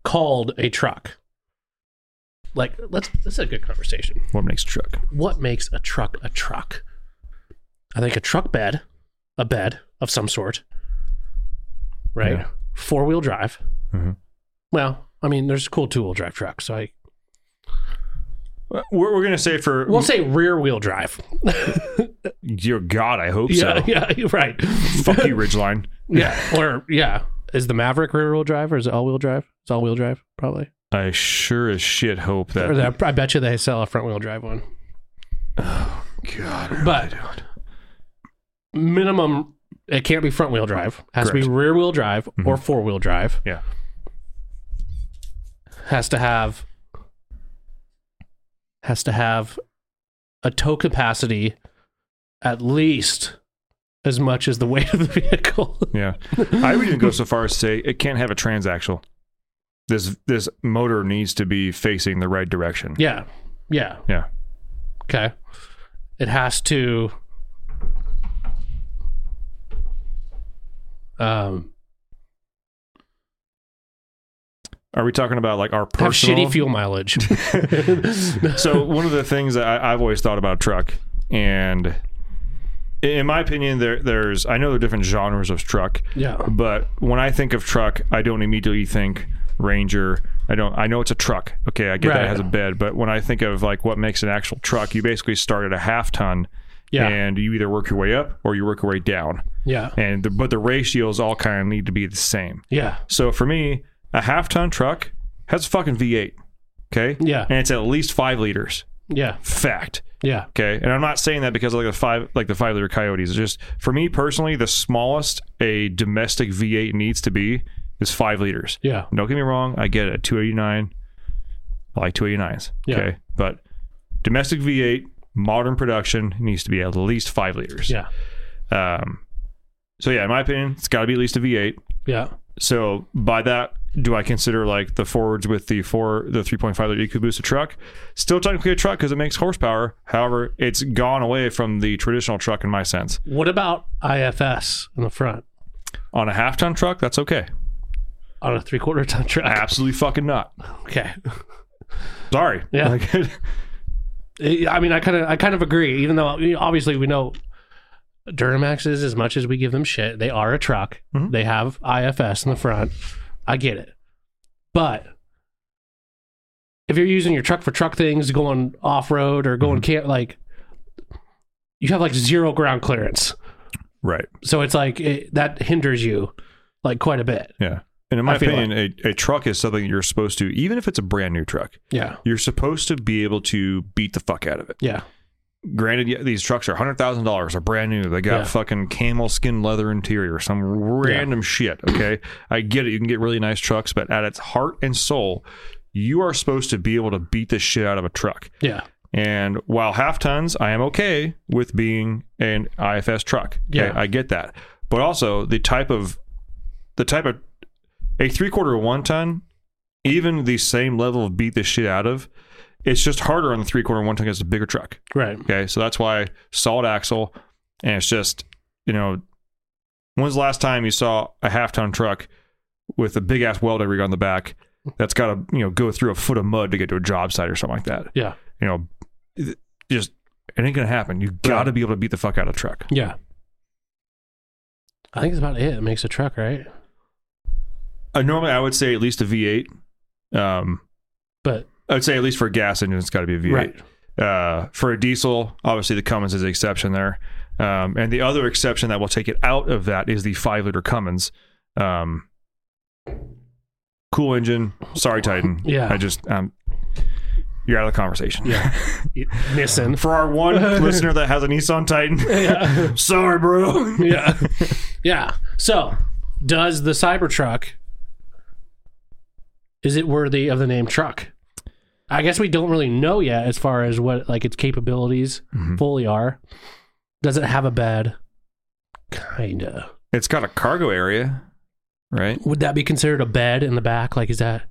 Speaker 5: called a truck, like let's this is a good conversation.
Speaker 2: what makes a truck
Speaker 5: What makes a truck a truck? I think a truck bed, a bed of some sort, right?
Speaker 2: Yeah.
Speaker 5: Four wheel drive.
Speaker 2: Mhm.
Speaker 5: Well, I mean, there's cool two wheel drive trucks. So I
Speaker 2: we're, we're gonna say for
Speaker 5: we'll say rear wheel drive.
Speaker 2: Dear God, I hope
Speaker 5: yeah,
Speaker 2: so.
Speaker 5: yeah, you're right.
Speaker 2: Fuck you, Ridgeline.
Speaker 5: Yeah, or yeah, is the Maverick rear wheel drive or is it all wheel drive? It's all wheel drive probably.
Speaker 2: I sure as shit hope that.
Speaker 5: Or that, I bet you they sell a front wheel drive one.
Speaker 2: God,
Speaker 5: But minimum, it can't be front wheel drive. Has to be rear wheel drive or four wheel drive.
Speaker 2: Yeah.
Speaker 5: Has to have has to have a tow capacity at least as much as the weight of the vehicle.
Speaker 2: yeah, I would even go so far as to say it can't have a transaxle. This this motor needs to be facing the right direction.
Speaker 5: yeah. Yeah.
Speaker 2: Yeah.
Speaker 5: Okay. It has to. Um,
Speaker 2: Are we talking about like our
Speaker 5: have
Speaker 2: personal?
Speaker 5: shitty fuel mileage.
Speaker 2: so one of the things that I, I've always thought about a truck, and in my opinion, there there's I know there are different genres of truck.
Speaker 5: yeah.
Speaker 2: but when I think of truck, I don't immediately think Ranger. I don't. I know it's a truck. Okay, I get that
Speaker 5: Right.
Speaker 2: it has a bed, but when I think of like what makes an actual truck, you basically start at a half ton,
Speaker 5: Yeah.
Speaker 2: and you either work your way up or you work your way down,
Speaker 5: Yeah.
Speaker 2: and the, but the ratios all kind of need to be the same.
Speaker 5: Yeah.
Speaker 2: So for me, a half ton truck has a fucking V8. Okay.
Speaker 5: Yeah.
Speaker 2: And it's at least five liters.
Speaker 5: Yeah.
Speaker 2: Fact.
Speaker 5: Yeah.
Speaker 2: Okay, and I'm not saying that because of like the five, like the five liter coyotes. It's just for me personally, the smallest a domestic V8 needs to be is five liters.
Speaker 5: Yeah.
Speaker 2: Don't get me wrong, I get it. 289, I like 289s.
Speaker 5: Yeah.
Speaker 2: Okay, but domestic V8 modern production needs to be at least five liters.
Speaker 5: Yeah.
Speaker 2: Um. So yeah, in my opinion, it's got to be at least a V8.
Speaker 5: Yeah.
Speaker 2: So by that, do I consider like the forwards with the four, the 3.5 liter EcoBoost a truck? Still technically a truck because it makes horsepower. However, it's gone away from the traditional truck in my sense.
Speaker 5: What about IFS in the front
Speaker 2: On a half ton truck, that's okay.
Speaker 5: on a three quarter ton track?
Speaker 2: Absolutely fucking not.
Speaker 5: Okay.
Speaker 2: Sorry.
Speaker 5: Yeah.
Speaker 2: Like,
Speaker 5: I mean, I kind of, I kind of agree. Even though you know, obviously we know Duramaxes, as much as we give them shit, they are a truck. They have IFS in the front. I get it, but if you're using your truck for truck things, going off road or going camp, like you have like zero ground clearance.
Speaker 2: Right.
Speaker 5: So it's like it, that hinders you like quite a bit.
Speaker 2: Yeah. And in my
Speaker 5: I feel
Speaker 2: opinion, a, a truck is something you're supposed to, even if it's a brand new truck,
Speaker 5: Yeah.
Speaker 2: you're supposed to be able to beat the fuck out of it.
Speaker 5: Yeah.
Speaker 2: Granted, yeah, these trucks are hundred thousand dollars. They're brand new. They got
Speaker 5: Yeah.
Speaker 2: fucking camel skin leather interior, some random shit. Okay, I get it. You can get really nice trucks, but at its heart and soul, you are supposed to be able to beat the shit out of a truck.
Speaker 5: Yeah.
Speaker 2: And while half tons, I am okay with being an IFS truck.
Speaker 5: Yeah.
Speaker 2: I, I get that. But also the type of the type of a three quarter to one ton, even the same level of beat the shit out of, it's just harder on the three quarter one ton because it's a bigger truck.
Speaker 5: Right.
Speaker 2: Okay. So that's why solid axle and it's just, you know, when's the last time you saw a half ton truck with a big ass weld rig on the back that's gotta, you know, go through a foot of mud to get to a job site or something like that
Speaker 5: Yeah.
Speaker 2: you know, it- just it ain't gonna happen. You got to be able to beat the fuck out of a truck.
Speaker 5: Yeah. I think that's about it. It makes a truck, right?
Speaker 2: Uh, normally, I would say at least a V8. Um,
Speaker 5: But
Speaker 2: I would say at least for a gas engine, it's got to be a V8.
Speaker 5: right.
Speaker 2: Uh, for a diesel, obviously the Cummins is the exception there, um, and the other exception that will take it out of that is the five liter Cummins. Um, cool engine. Sorry, Titan.
Speaker 5: Yeah.
Speaker 2: I just um, you're out of the conversation.
Speaker 5: Nissan.
Speaker 2: For our one listener that has a Nissan Titan,
Speaker 5: yeah.
Speaker 2: sorry, bro.
Speaker 5: Yeah. Yeah. So, does the Cybertruck is it worthy of the name truck? I guess we don't really know yet as far as what like its capabilities
Speaker 2: Mm-hmm.
Speaker 5: fully are. Does it have a bed? Kinda.
Speaker 2: It's got a cargo area, right?
Speaker 5: Would that be considered a bed in the back? Like, is that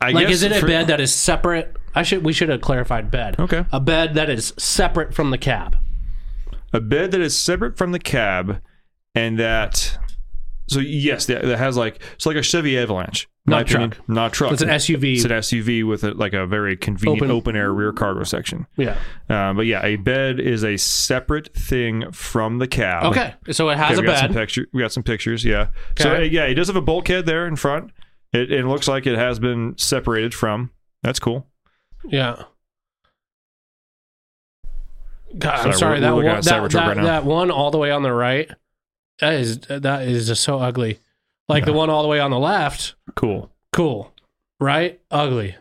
Speaker 2: I
Speaker 5: like
Speaker 2: guess
Speaker 5: is it a
Speaker 2: for-
Speaker 5: bed that is separate? I should we should have clarified bed.
Speaker 2: Okay.
Speaker 5: A bed that is separate from the cab.
Speaker 2: a bed that is separate from the cab and that so yes that, that has like it's like a chevy avalanche
Speaker 5: Not
Speaker 2: My
Speaker 5: a truck.
Speaker 2: opinion, not a truck
Speaker 5: It's an SUV.
Speaker 2: it's an suv with a, like a very convenient
Speaker 5: Open-
Speaker 2: open, air rear cargo section
Speaker 5: Yeah.
Speaker 2: uh, but yeah a bed is a separate thing from the cab
Speaker 5: Okay. So it
Speaker 2: Okay,
Speaker 5: has a
Speaker 2: we got some
Speaker 5: bed.
Speaker 2: picture. We got some pictures. Yeah. So uh,
Speaker 5: Okay.
Speaker 2: yeah, it does have a bulkhead there in front. It, it looks like it has been separated from. That's cool.
Speaker 5: Yeah. God, I'm
Speaker 2: Sorry,
Speaker 5: sorry.
Speaker 2: we're-
Speaker 5: that,
Speaker 2: we're looking
Speaker 5: one,
Speaker 2: at
Speaker 5: that,
Speaker 2: Cybertruck
Speaker 5: that,
Speaker 2: right now.
Speaker 5: that one all the way on the right, that is that is just so ugly. Like the one all the way on the left,
Speaker 2: Cool.
Speaker 5: cool, right? Ugly.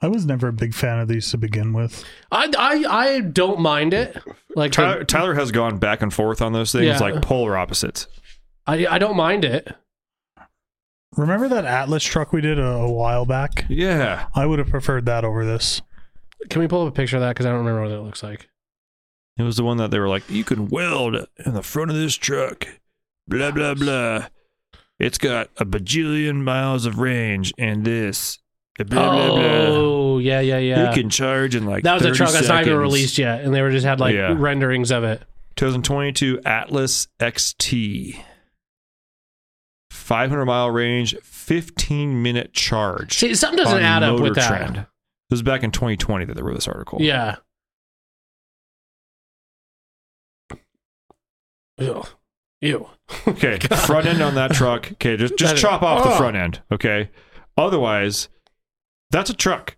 Speaker 4: I was never a big fan of these to begin with.
Speaker 5: I I, I don't mind it. Like the-
Speaker 2: Tyler, Tyler has gone back and forth on those things
Speaker 5: Yeah.
Speaker 2: like polar opposites.
Speaker 5: I I don't mind it.
Speaker 4: Remember that Atlas truck we did a, a while back?
Speaker 2: Yeah.
Speaker 4: I would have preferred that over this.
Speaker 5: Can we pull up a picture of that? Because I don't remember what it looks like.
Speaker 2: It was the one that they were like, you can weld in the front of this truck. Blah, blah, blah. It's got a bajillion miles of range and this. Blah, blah, blah.
Speaker 5: Oh yeah yeah yeah.
Speaker 2: You can charge in like
Speaker 5: that was a
Speaker 2: 30
Speaker 5: truck that's not even
Speaker 2: seconds.
Speaker 5: released yet, and they were just had like
Speaker 2: Yeah.
Speaker 5: renderings of it.
Speaker 2: 2022 Atlas XT. 500 mile range, 15 minute charge.
Speaker 5: See, something doesn't
Speaker 2: on
Speaker 5: add up with
Speaker 2: Motor
Speaker 5: that.
Speaker 2: Trend. This was back in 2020 that they wrote this article.
Speaker 5: Yeah. Ew. Ew.
Speaker 2: Okay, front end on that truck. Okay, just just
Speaker 5: That is- Oh.
Speaker 2: chop off the
Speaker 5: Ugh.
Speaker 2: front end. Okay, otherwise, that's a truck.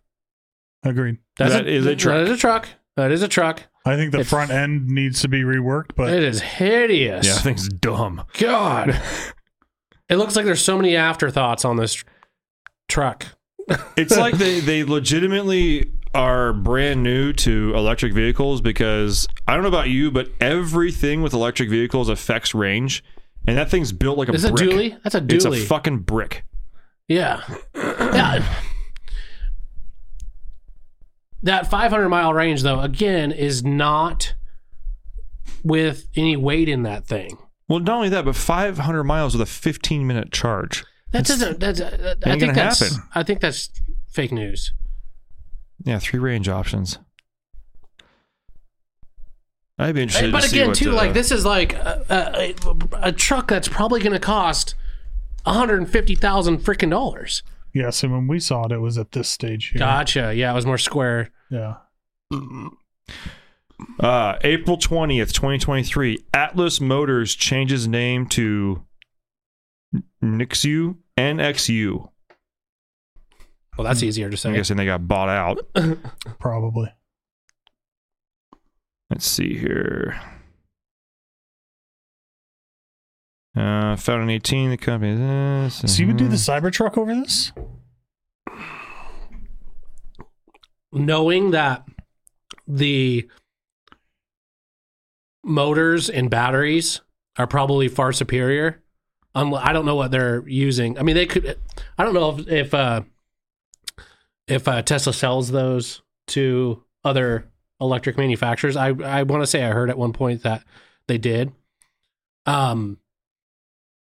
Speaker 4: Agreed.
Speaker 2: That is a truck.
Speaker 5: That is a truck. That is a truck.
Speaker 4: I think the
Speaker 5: It's-
Speaker 4: front end needs to be reworked, but
Speaker 5: it is hideous.
Speaker 2: Yeah, that thing's dumb.
Speaker 5: God. it looks like there's so many afterthoughts on this tr- truck.
Speaker 2: It's like they they legitimately are brand new to electric vehicles because I don't know about you, but everything with electric vehicles affects range, and that thing's built like a
Speaker 5: Is it a
Speaker 2: brick.
Speaker 5: dually? That's a
Speaker 2: It's a
Speaker 5: dually.
Speaker 2: fucking brick.
Speaker 5: yeah. yeah. That 500 mile range, though, again, is not with any weight in that thing.
Speaker 2: Well, not only that, but 500 miles with a 15 minute charge.
Speaker 5: That doesn't. That's, uh, I
Speaker 2: ain't
Speaker 5: think
Speaker 2: gonna
Speaker 5: that's.
Speaker 2: happen.
Speaker 5: I think that's fake news.
Speaker 2: Yeah, three range options. I'd be interested.
Speaker 5: but
Speaker 2: to see
Speaker 5: again,
Speaker 2: what,
Speaker 5: too,
Speaker 2: uh,
Speaker 5: like this is like a, a, a truck that's probably going to cost one hundred and fifty thousand freaking dollars.
Speaker 4: yes, and when we saw it, it was at this stage here.
Speaker 5: Gotcha. Yeah, it was more square.
Speaker 4: Yeah.
Speaker 2: Uh, April 20th, 2023, Atlas Motors changes name to Nixu, NXU. Hmm.
Speaker 5: Well, that's easier to
Speaker 2: I'm
Speaker 5: say.
Speaker 2: guessing they got bought out.
Speaker 4: Probably.
Speaker 2: Let's see here. Uh, found an 18. The company this. Mm-hmm.
Speaker 4: So you would do the
Speaker 5: Mm-hmm.
Speaker 4: Cybertruck over this?
Speaker 5: knowing that the motors and batteries are probably far superior. Um, I don't know what they're using. I mean, they could. I don't know if if uh, if uh, Tesla sells those to other electric manufacturers. I I want to say I heard at one point that they did. Um,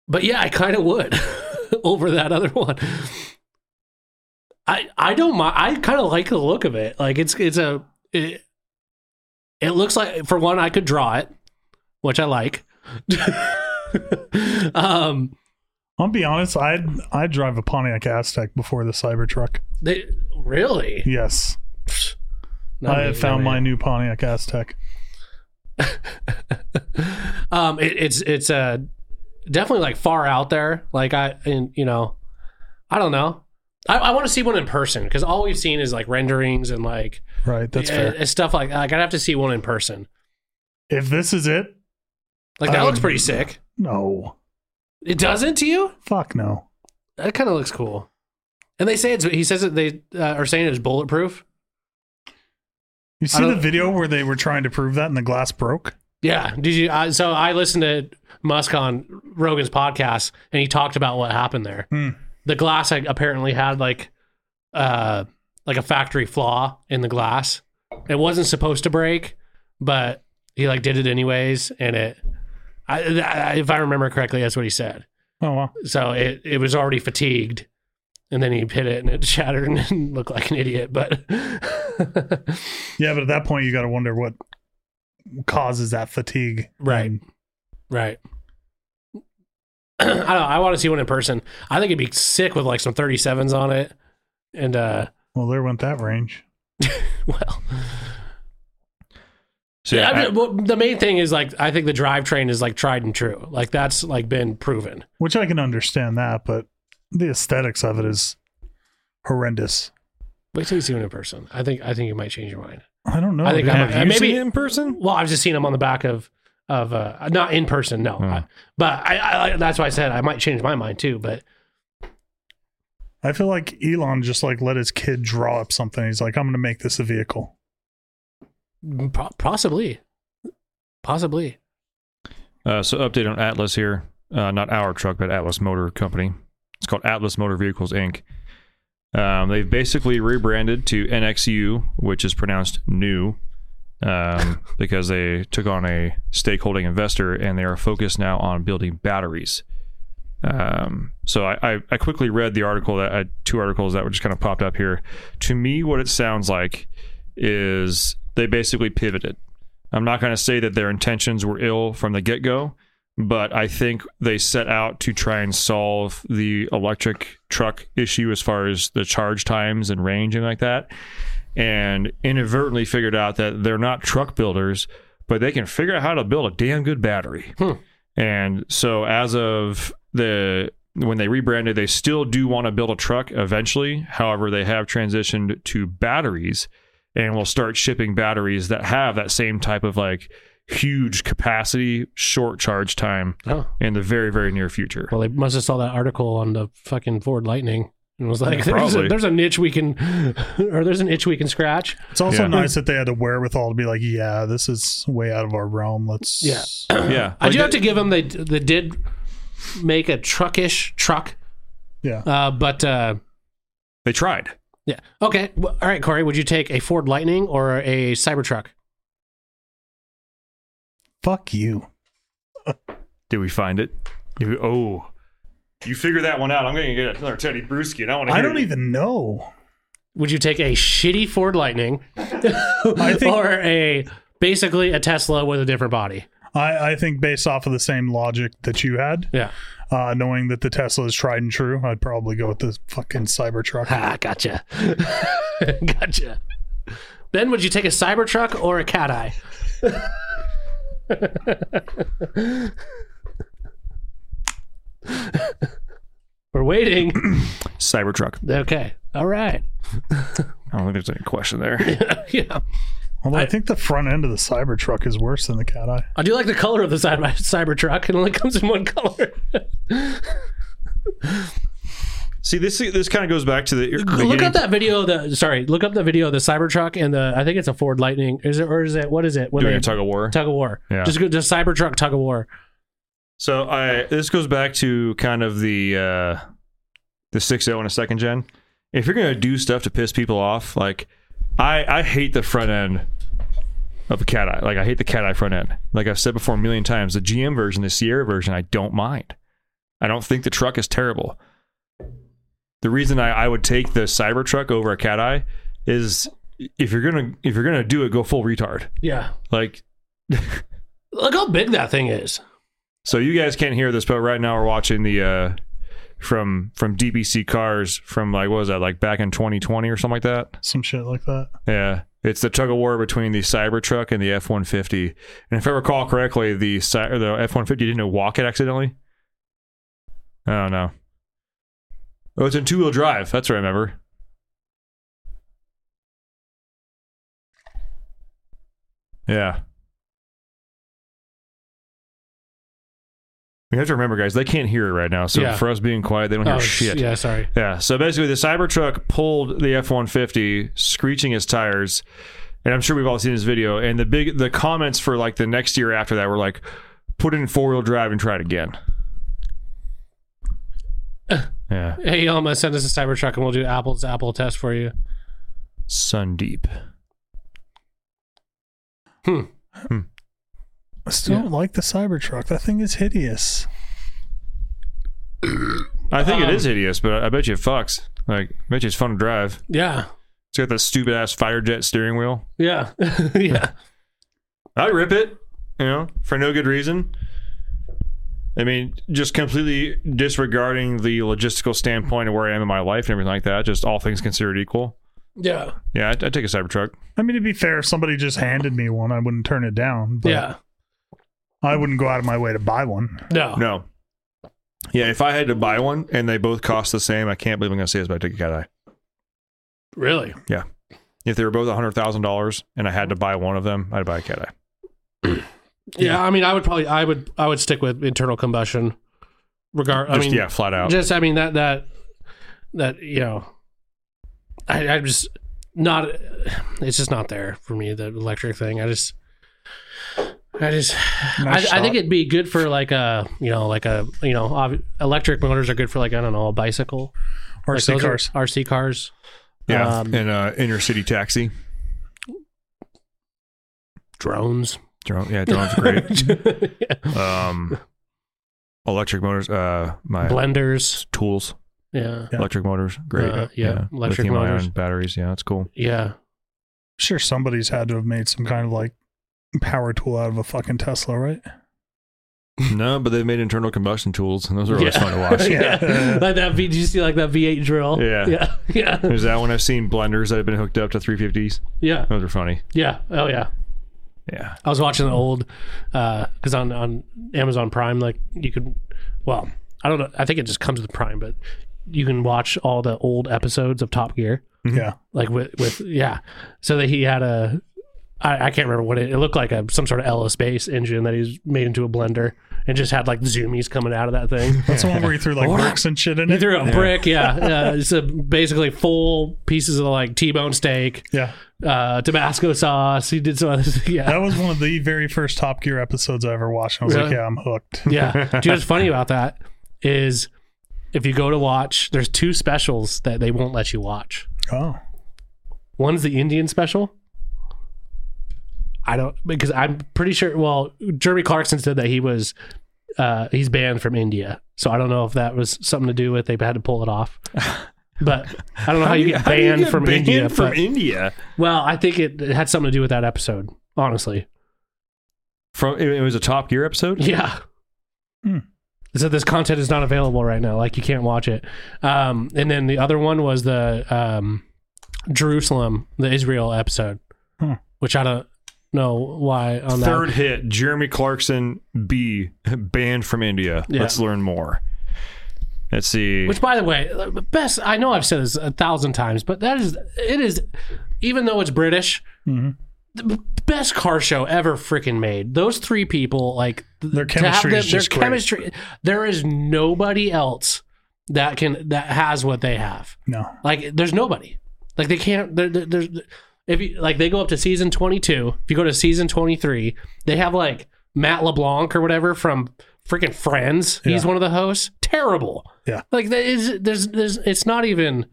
Speaker 5: but yeah, I kind of would over that other one. I I don't mind. I kind of like the look of it. Like it's it's a it, it looks like for one I could draw it, which I like. um,
Speaker 4: I'll be honest, I'd I'd drive a Pontiac Aztec before the Cybertruck.
Speaker 5: they really.
Speaker 4: Yes.
Speaker 5: Not
Speaker 4: I have
Speaker 5: me,
Speaker 4: found
Speaker 5: not
Speaker 4: my
Speaker 5: me.
Speaker 4: new Pontiac Aztec.
Speaker 5: Um, it, it's it's uh definitely like far out there. Like I and you know, I don't know. I, I want to see one in person because all we've seen is like renderings and like
Speaker 4: Right, that's
Speaker 5: uh,
Speaker 4: fair.
Speaker 5: uh, stuff like like I'd have to see one in person.
Speaker 4: If this is it,
Speaker 5: Like that
Speaker 4: I
Speaker 5: looks
Speaker 4: would-
Speaker 5: pretty sick.
Speaker 4: no.
Speaker 5: It doesn't to you?
Speaker 4: Fuck no.
Speaker 5: That kind of looks cool. And they say it's. He says that they uh, are saying it's bulletproof. I
Speaker 4: You see
Speaker 5: don't-
Speaker 4: the video where they were trying to prove that and the glass broke?
Speaker 5: Yeah. Did you? I, so I listened to Musk on Rogan's podcast, and he talked about what happened there.
Speaker 4: Hmm.
Speaker 5: The glass like, apparently had like, uh, like a factory flaw in the glass. It wasn't supposed to break, but he like did it anyways, and it. I, I, if I remember correctly, that's what he said.
Speaker 4: Oh wow.
Speaker 5: so it, it was already fatigued and then he hit it and it shattered and looked like an idiot but
Speaker 4: Yeah, but at that point you gotta wonder what causes that fatigue.
Speaker 5: Right.
Speaker 4: And
Speaker 5: right i don't know, i want to see one in person i think it'd be sick with like some 37s on it and uh
Speaker 4: well, there went that range.
Speaker 5: well
Speaker 2: So yeah,
Speaker 5: I
Speaker 2: I-
Speaker 5: mean, well, the main thing is like i think the drivetrain is like tried and true like that's like been proven
Speaker 4: Which I can understand that, but the aesthetics of it is horrendous.
Speaker 5: wait till you see one in person i think i think you might change your mind
Speaker 4: I don't know.
Speaker 5: I think
Speaker 4: dude.
Speaker 5: I might-
Speaker 2: have you
Speaker 5: maybe-
Speaker 2: seen it in person?
Speaker 5: Well, I've just seen them on the back of of uh, not in person, no.
Speaker 2: Hmm.
Speaker 5: I- but I, I, I- that's why I said I might change my mind too. But
Speaker 4: I feel like Elon just like let his kid draw up something. He's like, I'm gonna make this a vehicle.
Speaker 5: po- possibly, possibly.
Speaker 2: Uh, so update on Atlas here, uh, not our truck, but Atlas Motor Company. It's called Atlas Motor Vehicles Inc. Um, they've basically rebranded to NXU, which is pronounced new, um, because they took on a stakeholding investor and they are focused now on building batteries. Um, so I, I, I quickly read the article that I, two articles that were just kind of popped up here. To me, what it sounds like is they basically pivoted. I'm not going to say that their intentions were ill from the get go, but I think they set out to try and solve the electric truck issue as far as the charge times and range and like that, and inadvertently figured out that they're not truck builders, but they can figure out how to build a damn good battery. And so as of the when they rebranded, they still do want to build a truck eventually. However, they have transitioned to batteries and will start shipping batteries that have that same type of like huge capacity, short charge time
Speaker 5: Oh,
Speaker 2: in the very, very near future.
Speaker 5: well, they must have saw that article on the fucking Ford Lightning and was like, "There's a,
Speaker 2: Probably.
Speaker 5: there's a niche we can, or there's an itch we can scratch."
Speaker 4: It's also
Speaker 2: Yeah.
Speaker 4: nice that they had the wherewithal to be like, yeah, this is way out of our realm. Let's
Speaker 5: Yeah.
Speaker 2: yeah.
Speaker 5: I
Speaker 2: Like
Speaker 5: do have
Speaker 2: they-
Speaker 5: to give them they they did make a truckish truck,
Speaker 4: yeah.
Speaker 5: uh, but. Uh,
Speaker 2: they tried.
Speaker 5: yeah. Okay. Well, all right, Corey. Would you take a Ford Lightning or a Cybertruck?
Speaker 4: Fuck you.
Speaker 2: Did we find it? You- oh. You figure that one out. I'm going to get another Teddy Bruschi and I want to
Speaker 4: I don't even know.
Speaker 5: Would you take a shitty Ford Lightning or a basically a Tesla with a different body?
Speaker 4: I, I think based off of the same logic that you had,
Speaker 5: Yeah.
Speaker 4: uh, knowing that the Tesla is tried and true, I'd probably go with the fucking Cybertruck.
Speaker 5: Ah, gotcha. gotcha. Ben, would you take a Cybertruck or a Cat Eye? We're waiting.
Speaker 2: Cybertruck.
Speaker 5: Okay. All right.
Speaker 2: I don't think there's any question there.
Speaker 5: yeah.
Speaker 4: Although I,
Speaker 5: I-
Speaker 4: think the front end of the Cybertruck is worse than the Cat Eye.
Speaker 5: I do like the color of the side Cybertruck. It only comes in one color.
Speaker 2: See, this this kind of goes back to the
Speaker 5: look
Speaker 2: beginning-
Speaker 5: up that video. Of the sorry, look up the video of the Cybertruck and the I think it's a Ford Lightning. Is it or is it what is it? When
Speaker 2: doing
Speaker 5: they-
Speaker 2: a tug of war.
Speaker 5: tug of war.
Speaker 2: Yeah.
Speaker 5: Just go to Cybertruck tug of war.
Speaker 2: So I this goes back to kind of the uh the six zero and a second gen. If you're gonna do stuff to piss people off, like I I hate the front end of a cat eye. Like I hate the cat eye front end. Like I've said before a million times, the GM version, the Sierra version, I don't mind. I don't think the truck is terrible. The reason I, I would take the Cybertruck over a cat eye is if you're gonna if you're gonna do it, go full retard.
Speaker 5: Yeah.
Speaker 2: Like
Speaker 5: Look how big that thing is.
Speaker 2: So you guys can't hear this, but right now we're watching the uh, from from DBC cars from like what was that like back in 2020 or something like that.
Speaker 4: Some shit like that.
Speaker 2: Yeah, it's the tug of war between the Cybertruck and the F150. And if I recall correctly, the Cy- or the F150 didn't walk it accidentally. I don't know. Oh, it's in two wheel drive. That's what I remember. Yeah. We have to remember, guys, they can't hear it right now. So
Speaker 5: Yeah.
Speaker 2: for us being quiet, they don't hear
Speaker 5: Oh,
Speaker 2: shit.
Speaker 5: Yeah, sorry.
Speaker 2: Yeah. So basically, the Cybertruck pulled the F-150, screeching his tires, and I'm sure we've all seen this video. And the big the comments for like the next year after that were like, "Put it in four wheel drive and try it again." yeah,
Speaker 5: Hey, Elma, send us a Cybertruck and we'll do apples to apple test for you.
Speaker 2: Sundeep.
Speaker 4: I still don't like the Cybertruck. That thing is hideous.
Speaker 2: I think
Speaker 5: Um,
Speaker 2: it is hideous, but I bet you it fucks. Like, I bet you it's fun to drive.
Speaker 5: Yeah.
Speaker 2: It's got that stupid ass fire jet steering wheel.
Speaker 5: Yeah. yeah.
Speaker 2: I rip it, you know, for no good reason. I mean, just completely disregarding the logistical standpoint of where I am in my life and everything like that. Just all things considered equal.
Speaker 5: Yeah.
Speaker 2: Yeah, I, I take a Cybertruck.
Speaker 4: I mean, to be fair, if somebody just handed me one, I wouldn't turn it down. But
Speaker 5: Yeah.
Speaker 4: I wouldn't go out of my way to buy one.
Speaker 5: No.
Speaker 2: No. Yeah, if I had to buy one and they both cost the same, I can't believe I'm going to say this, but I take a cat eye.
Speaker 5: Really?
Speaker 2: If they were both $100,000 and I had to buy one of them, I'd buy a cat eye.
Speaker 5: Yeah, I mean I would probably I would I would stick with internal combustion regard I
Speaker 2: Just,
Speaker 5: mean
Speaker 2: yeah, flat out.
Speaker 5: just I mean that that that you know I I'm just not it's just not there for me the electric thing I just I just
Speaker 4: Nice
Speaker 5: I, I think
Speaker 4: shot.
Speaker 5: it'd be good for like a you know like a you know ob- electric motors are good for like I don't know a bicycle Like,
Speaker 4: RC
Speaker 5: those are-
Speaker 4: cars.
Speaker 5: RC cars
Speaker 2: yeah.
Speaker 5: um,
Speaker 2: and uh, inner city taxi.
Speaker 5: drones
Speaker 2: Drone, yeah, drone's great.
Speaker 5: Yeah.
Speaker 2: Um, electric motors, uh, my
Speaker 5: blenders
Speaker 2: tools.
Speaker 5: yeah
Speaker 4: Yeah.
Speaker 2: Electric motors, great.
Speaker 5: Uh, yeah, electric
Speaker 2: Lithium
Speaker 5: motors.
Speaker 2: ion batteries. Yeah, that's cool.
Speaker 5: yeah
Speaker 4: I'm sure somebody's had to have made some kind of like power tool out of a fucking Tesla, right?
Speaker 2: no, but they've made internal combustion tools, and those are
Speaker 5: yeah.
Speaker 2: always fun to watch.
Speaker 4: Yeah.
Speaker 5: yeah like that V did you see like that V8 drill
Speaker 2: Yeah.
Speaker 5: yeah yeah
Speaker 2: There's that one I've seen blenders that have been hooked up to 350s.
Speaker 5: yeah
Speaker 2: Those are funny.
Speaker 5: yeah oh yeah
Speaker 2: Yeah,
Speaker 5: I was watching the old because on on Amazon Prime, like you could, well, I don't know. I think it just comes with Prime, but you can watch all the old episodes of Top Gear,
Speaker 4: Yeah.
Speaker 5: like with with yeah. So that he had a, I, I can't remember what it. It looked like a some sort of Ellis base engine that he's made into a blender and just had like zoomies coming out of that thing.
Speaker 4: That's the one where you threw like bricks and shit in
Speaker 5: He
Speaker 4: it.
Speaker 5: threw a brick, yeah. Uh, so basically, full pieces of like T-bone steak,
Speaker 4: Yeah.
Speaker 5: uh, Tabasco sauce. He did some other, yeah.
Speaker 4: That was one of the very first Top Gear episodes I ever watched. and I was like,
Speaker 5: Really?
Speaker 4: yeah, I'm hooked.
Speaker 5: Yeah. Do you know what's funny about that is if you go to watch, there's two specials that they won't let you watch.
Speaker 4: Oh.
Speaker 5: One's the Indian special. I don't because I'm pretty sure. Well, Jeremy Clarkson said that he was uh, he's banned from India, so I don't know if that was something to do with they had to pull it off. But I don't know how, you get
Speaker 2: do
Speaker 5: banned
Speaker 2: you get
Speaker 5: from
Speaker 2: banned
Speaker 5: India.
Speaker 2: From
Speaker 5: but-
Speaker 2: India,
Speaker 5: well, I think it, it had something to do with that episode. Honestly,
Speaker 2: from it it was a Top Gear episode.
Speaker 5: Yeah.
Speaker 4: Hmm.
Speaker 5: So this content is not available right now. Like you can't watch it. Um, and then the other one was the um, Jerusalem, the Israel episode,
Speaker 4: Hmm.
Speaker 5: which I don't know why on that.
Speaker 2: Third hit, Jeremy Clarkson B banned from India.
Speaker 5: Yeah.
Speaker 2: Let's learn more. Let's see.
Speaker 5: Which, by the way, best I know I've said this a thousand times, but that is it is even though it's British,
Speaker 4: Mhm.
Speaker 5: the best car show ever freaking made. Those three people, like th-
Speaker 4: Their
Speaker 5: to have
Speaker 4: chemistry
Speaker 5: them-
Speaker 4: is
Speaker 5: their
Speaker 4: just great.
Speaker 5: chemistry. There is nobody else that can that has what they have.
Speaker 4: No.
Speaker 5: Like there's nobody. Like they can't. There, there, there's if you like they go up to season 22. If you go to season 23, they have like Matt LeBlanc or whatever from freaking Friends. He's
Speaker 4: Yeah.
Speaker 5: one of the hosts. Terrible.
Speaker 4: Yeah.
Speaker 5: Like there is, there's there's it's not even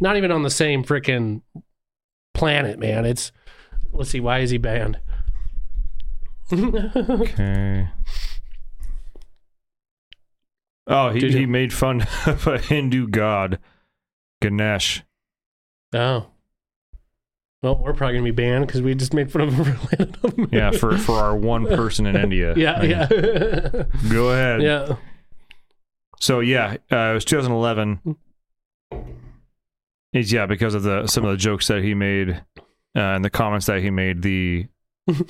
Speaker 5: not even on the same freaking planet, man. It's let's see why is he banned?
Speaker 2: Okay. Oh, he,
Speaker 5: Did you-
Speaker 2: he made fun of a Hindu god, Ganesh.
Speaker 5: Oh. Well, we're probably gonna be banned because we just made fun of him. for random-
Speaker 2: Yeah, for, for our one person in India.
Speaker 5: yeah,
Speaker 2: I mean,
Speaker 5: yeah,
Speaker 2: Go ahead.
Speaker 5: yeah.
Speaker 2: So yeah, uh, it was 2011. It's, yeah, because of the some of the jokes that he made uh, and the comments that he made, the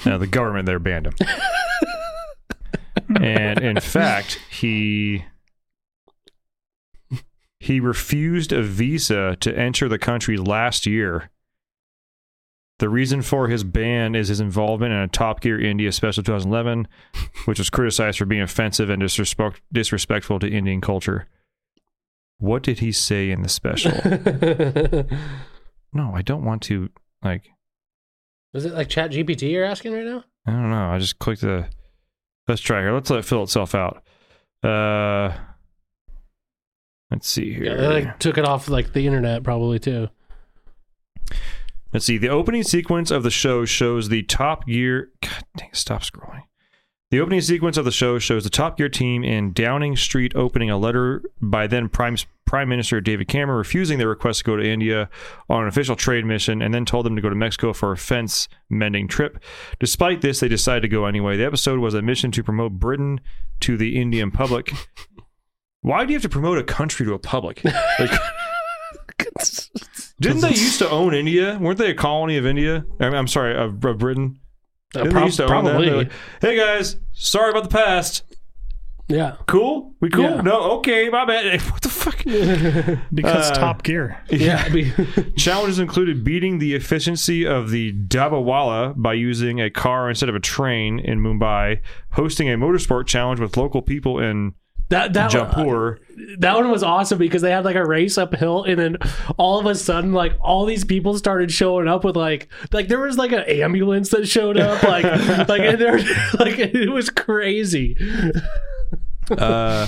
Speaker 2: uh, the government there banned him. and in fact, he he refused a visa to enter the country last year. The reason for his ban is his involvement in a Top Gear India Special 2011 which was criticized for being offensive and disrespect, disrespectful to Indian culture. What did he say in the special? no, I don't want to. Like,
Speaker 5: Was it like Chat GPT you're asking right now?
Speaker 2: I don't know. I just clicked the. Let's try here. Let's let it fill itself out. Uh, let's see here.
Speaker 5: Yeah, they like took it off like the internet probably too.
Speaker 2: Let's see. The opening sequence of the show shows the Top Gear. God dang, stop scrolling. The opening sequence of the show shows the Top Gear team in Downing Street opening a letter by then Prime Prime Minister David Cameron refusing their request to go to India on an official trade mission and then told them to go to Mexico for a fence mending trip. Despite this, they decided to go anyway. The episode was a mission to promote Britain to the Indian public. Why do you have to promote a country to a public? Like, didn't they used to own India? Weren't they a colony of India? I mean, I'm sorry, of, of Britain.
Speaker 5: Uh,
Speaker 2: Didn't
Speaker 5: prob-
Speaker 2: they used to own that? They're
Speaker 5: probably.
Speaker 2: like, hey guys, sorry about the past.
Speaker 5: Yeah.
Speaker 2: Cool, we cool.
Speaker 5: Yeah.
Speaker 2: No, okay, my bad. What the fuck?
Speaker 4: Because
Speaker 2: Uh,
Speaker 4: Top Gear.
Speaker 5: Yeah. I mean,
Speaker 2: Challenges included beating the efficiency of the Dabawala by using a car instead of a train in Mumbai, hosting a motorsport challenge with local people in
Speaker 5: that that one, uh,
Speaker 2: Jaipur.
Speaker 5: that one was awesome because they had like a race uphill and then all of a sudden like all these people started showing up with like like there was like an ambulance that showed up like like and there like it was crazy.
Speaker 2: uh,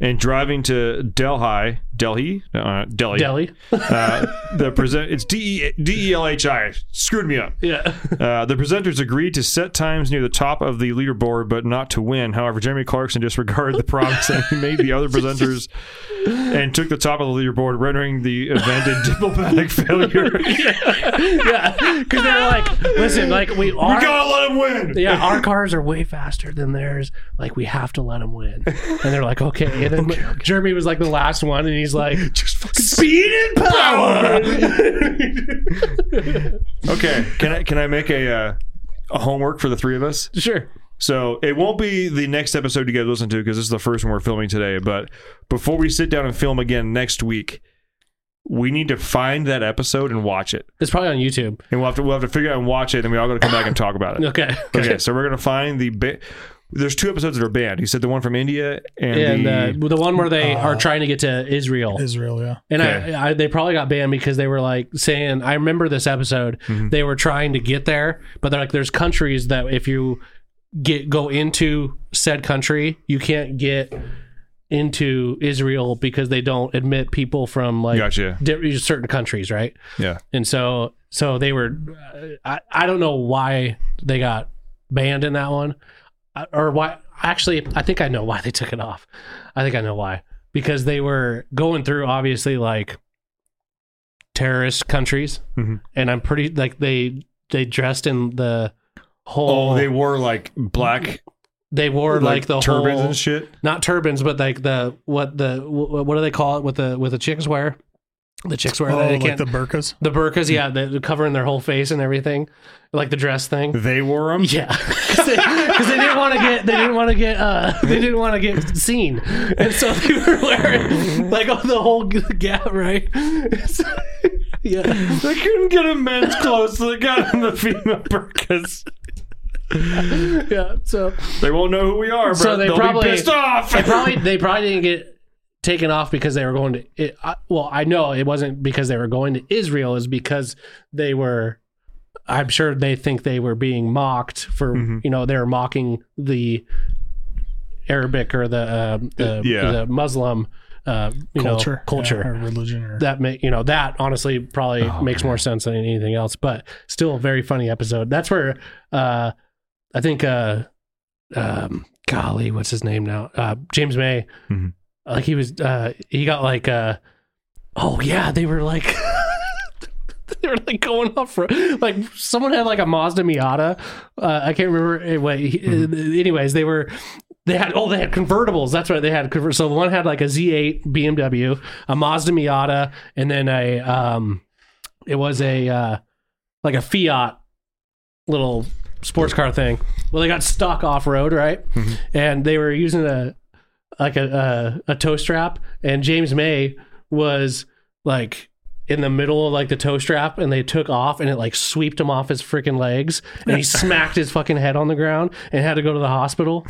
Speaker 2: and driving to Delhi, Delhi, uh, Delhi,
Speaker 5: Delhi.
Speaker 2: Uh, the present it's D E D E L H I. Screwed me up.
Speaker 5: Yeah.
Speaker 2: Uh, the presenters agreed to set times near the top of the leaderboard, but not to win. However, Jeremy Clarkson disregarded the promise and he made the other presenters and took the top of the leaderboard, rendering the event a diplomatic failure.
Speaker 5: yeah. Because they were like, listen, like we are
Speaker 2: We gotta let him win.
Speaker 5: yeah, our cars are way faster than theirs. Like, we have to let them win. And they're like, okay. And then Jeremy was like the last one, and he's like, just fucking speed and power.
Speaker 2: Okay, can I can I make a uh, a homework for the three of us?
Speaker 5: sure.
Speaker 2: So it won't be the next episode you guys listen to because this is the first one we're filming today. But before we sit down and film again next week, we need to find that episode and watch it.
Speaker 5: It's probably on YouTube.
Speaker 2: And we'll have to we'll have to figure out and watch it. Then we all got to come back and talk about it.
Speaker 5: Okay.
Speaker 2: Okay, so we're gonna find the. Ba- There's two episodes that are banned. You said the one from India and,
Speaker 5: And
Speaker 2: the.
Speaker 5: uh, the one where they are trying to get to Israel.
Speaker 4: Israel, yeah.
Speaker 5: And
Speaker 2: Okay.
Speaker 5: I, I, they probably got banned because they were like saying, I remember this episode.
Speaker 2: Mm-hmm.
Speaker 5: They were trying to get there, but they're like, there's countries that if you get go into said country, you can't get into Israel because they don't admit people from like
Speaker 2: Gotcha.
Speaker 5: di- certain countries, right?
Speaker 2: Yeah.
Speaker 5: And so, so they were. uh, I, I don't know why they got banned in that one, I- or why. Actually, I think I know why they took it off. I think I know why because they were going through obviously like terrorist countries,
Speaker 2: Mhm.
Speaker 5: and I'm pretty like they they dressed in the whole.
Speaker 2: Oh, they
Speaker 5: they,
Speaker 2: wore like black
Speaker 5: wore like, the
Speaker 2: turbans
Speaker 5: whole
Speaker 2: and shit.
Speaker 5: not turbans, but like the what the what, what do they call it with the with the chicks wear? The chicks wear
Speaker 4: Oh,
Speaker 5: that they can't
Speaker 4: like the burkas.
Speaker 5: the burkas, yeah, the covering their whole face and everything, like the dress thing.
Speaker 2: They wore them.
Speaker 5: Yeah, because they, 'cause they didn't want to get they didn't want to get uh they didn't want to get seen, and so they were wearing like the whole g- gap right. yeah.
Speaker 2: They couldn't get a men's clothes, so they got him the female burkas.
Speaker 5: Yeah. So
Speaker 2: They won't know who we are, bro.
Speaker 5: So they
Speaker 2: will
Speaker 5: probably-
Speaker 2: be pissed off.
Speaker 5: they probably they probably didn't get taken off because they were going to it, I, well i know it wasn't because they were going to israel is because they were i'm sure they think they were being mocked for you know they were mocking the arabic or the um the,
Speaker 2: Yeah.
Speaker 5: the muslim uh, you
Speaker 4: culture,
Speaker 5: know, culture
Speaker 4: yeah, or religion, or
Speaker 5: that make you know that honestly probably makes more sense than anything else but still a very funny episode that's where uh i think uh um golly what's his name now uh james may
Speaker 2: Mhm.
Speaker 5: like he was uh he got like uh oh yeah they were like they were like going off for like someone had like a Mazda Miata. Uh, I can't remember. Anyway, he- uh, anyways, they were they had oh they had convertibles. That's right, they had conver- so one had like a Z8 BMW, a Mazda Miata, and then a um, it was a uh, like a Fiat little sports car thing. Well, they got stuck off road, right? And they were using a like a, a a tow strap, and James May was like in the middle of like the toe strap and they took off and it like sweeped him off his freaking legs and he smacked his fucking head on the ground and had to go to the hospital.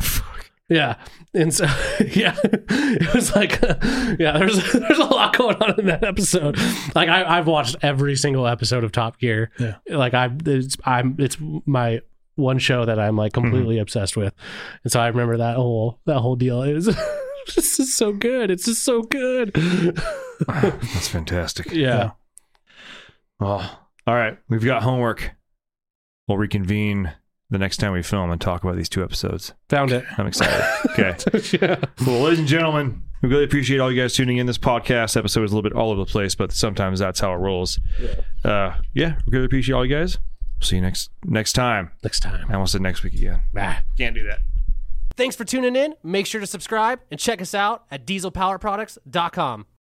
Speaker 5: Yeah. And so yeah. It was like yeah, there's there's a lot going on in that episode. Like I I've watched every single episode of Top Gear.
Speaker 4: Yeah.
Speaker 5: Like I it's I'm it's my one show that I'm like completely obsessed with. And so I remember that whole that whole deal. It was this is so good. It's just so good.
Speaker 2: That's fantastic.
Speaker 5: yeah.
Speaker 2: Oh, all right. We've got homework. We'll reconvene the next time we film and talk about these two episodes.
Speaker 5: Found it.
Speaker 2: I'm excited. Okay.
Speaker 5: yeah.
Speaker 2: Well, ladies and gentlemen, we really appreciate all you guys tuning in. This podcast episode is a little bit all over the place, but sometimes that's how it rolls. Yeah. Uh, yeah. We really appreciate all you guys. See you next next time.
Speaker 5: Next time.
Speaker 2: I almost said next week again.
Speaker 5: Bah.
Speaker 2: Can't do that.
Speaker 6: Thanks for tuning in. Make sure to subscribe and check us out at dieselpowerproducts.com.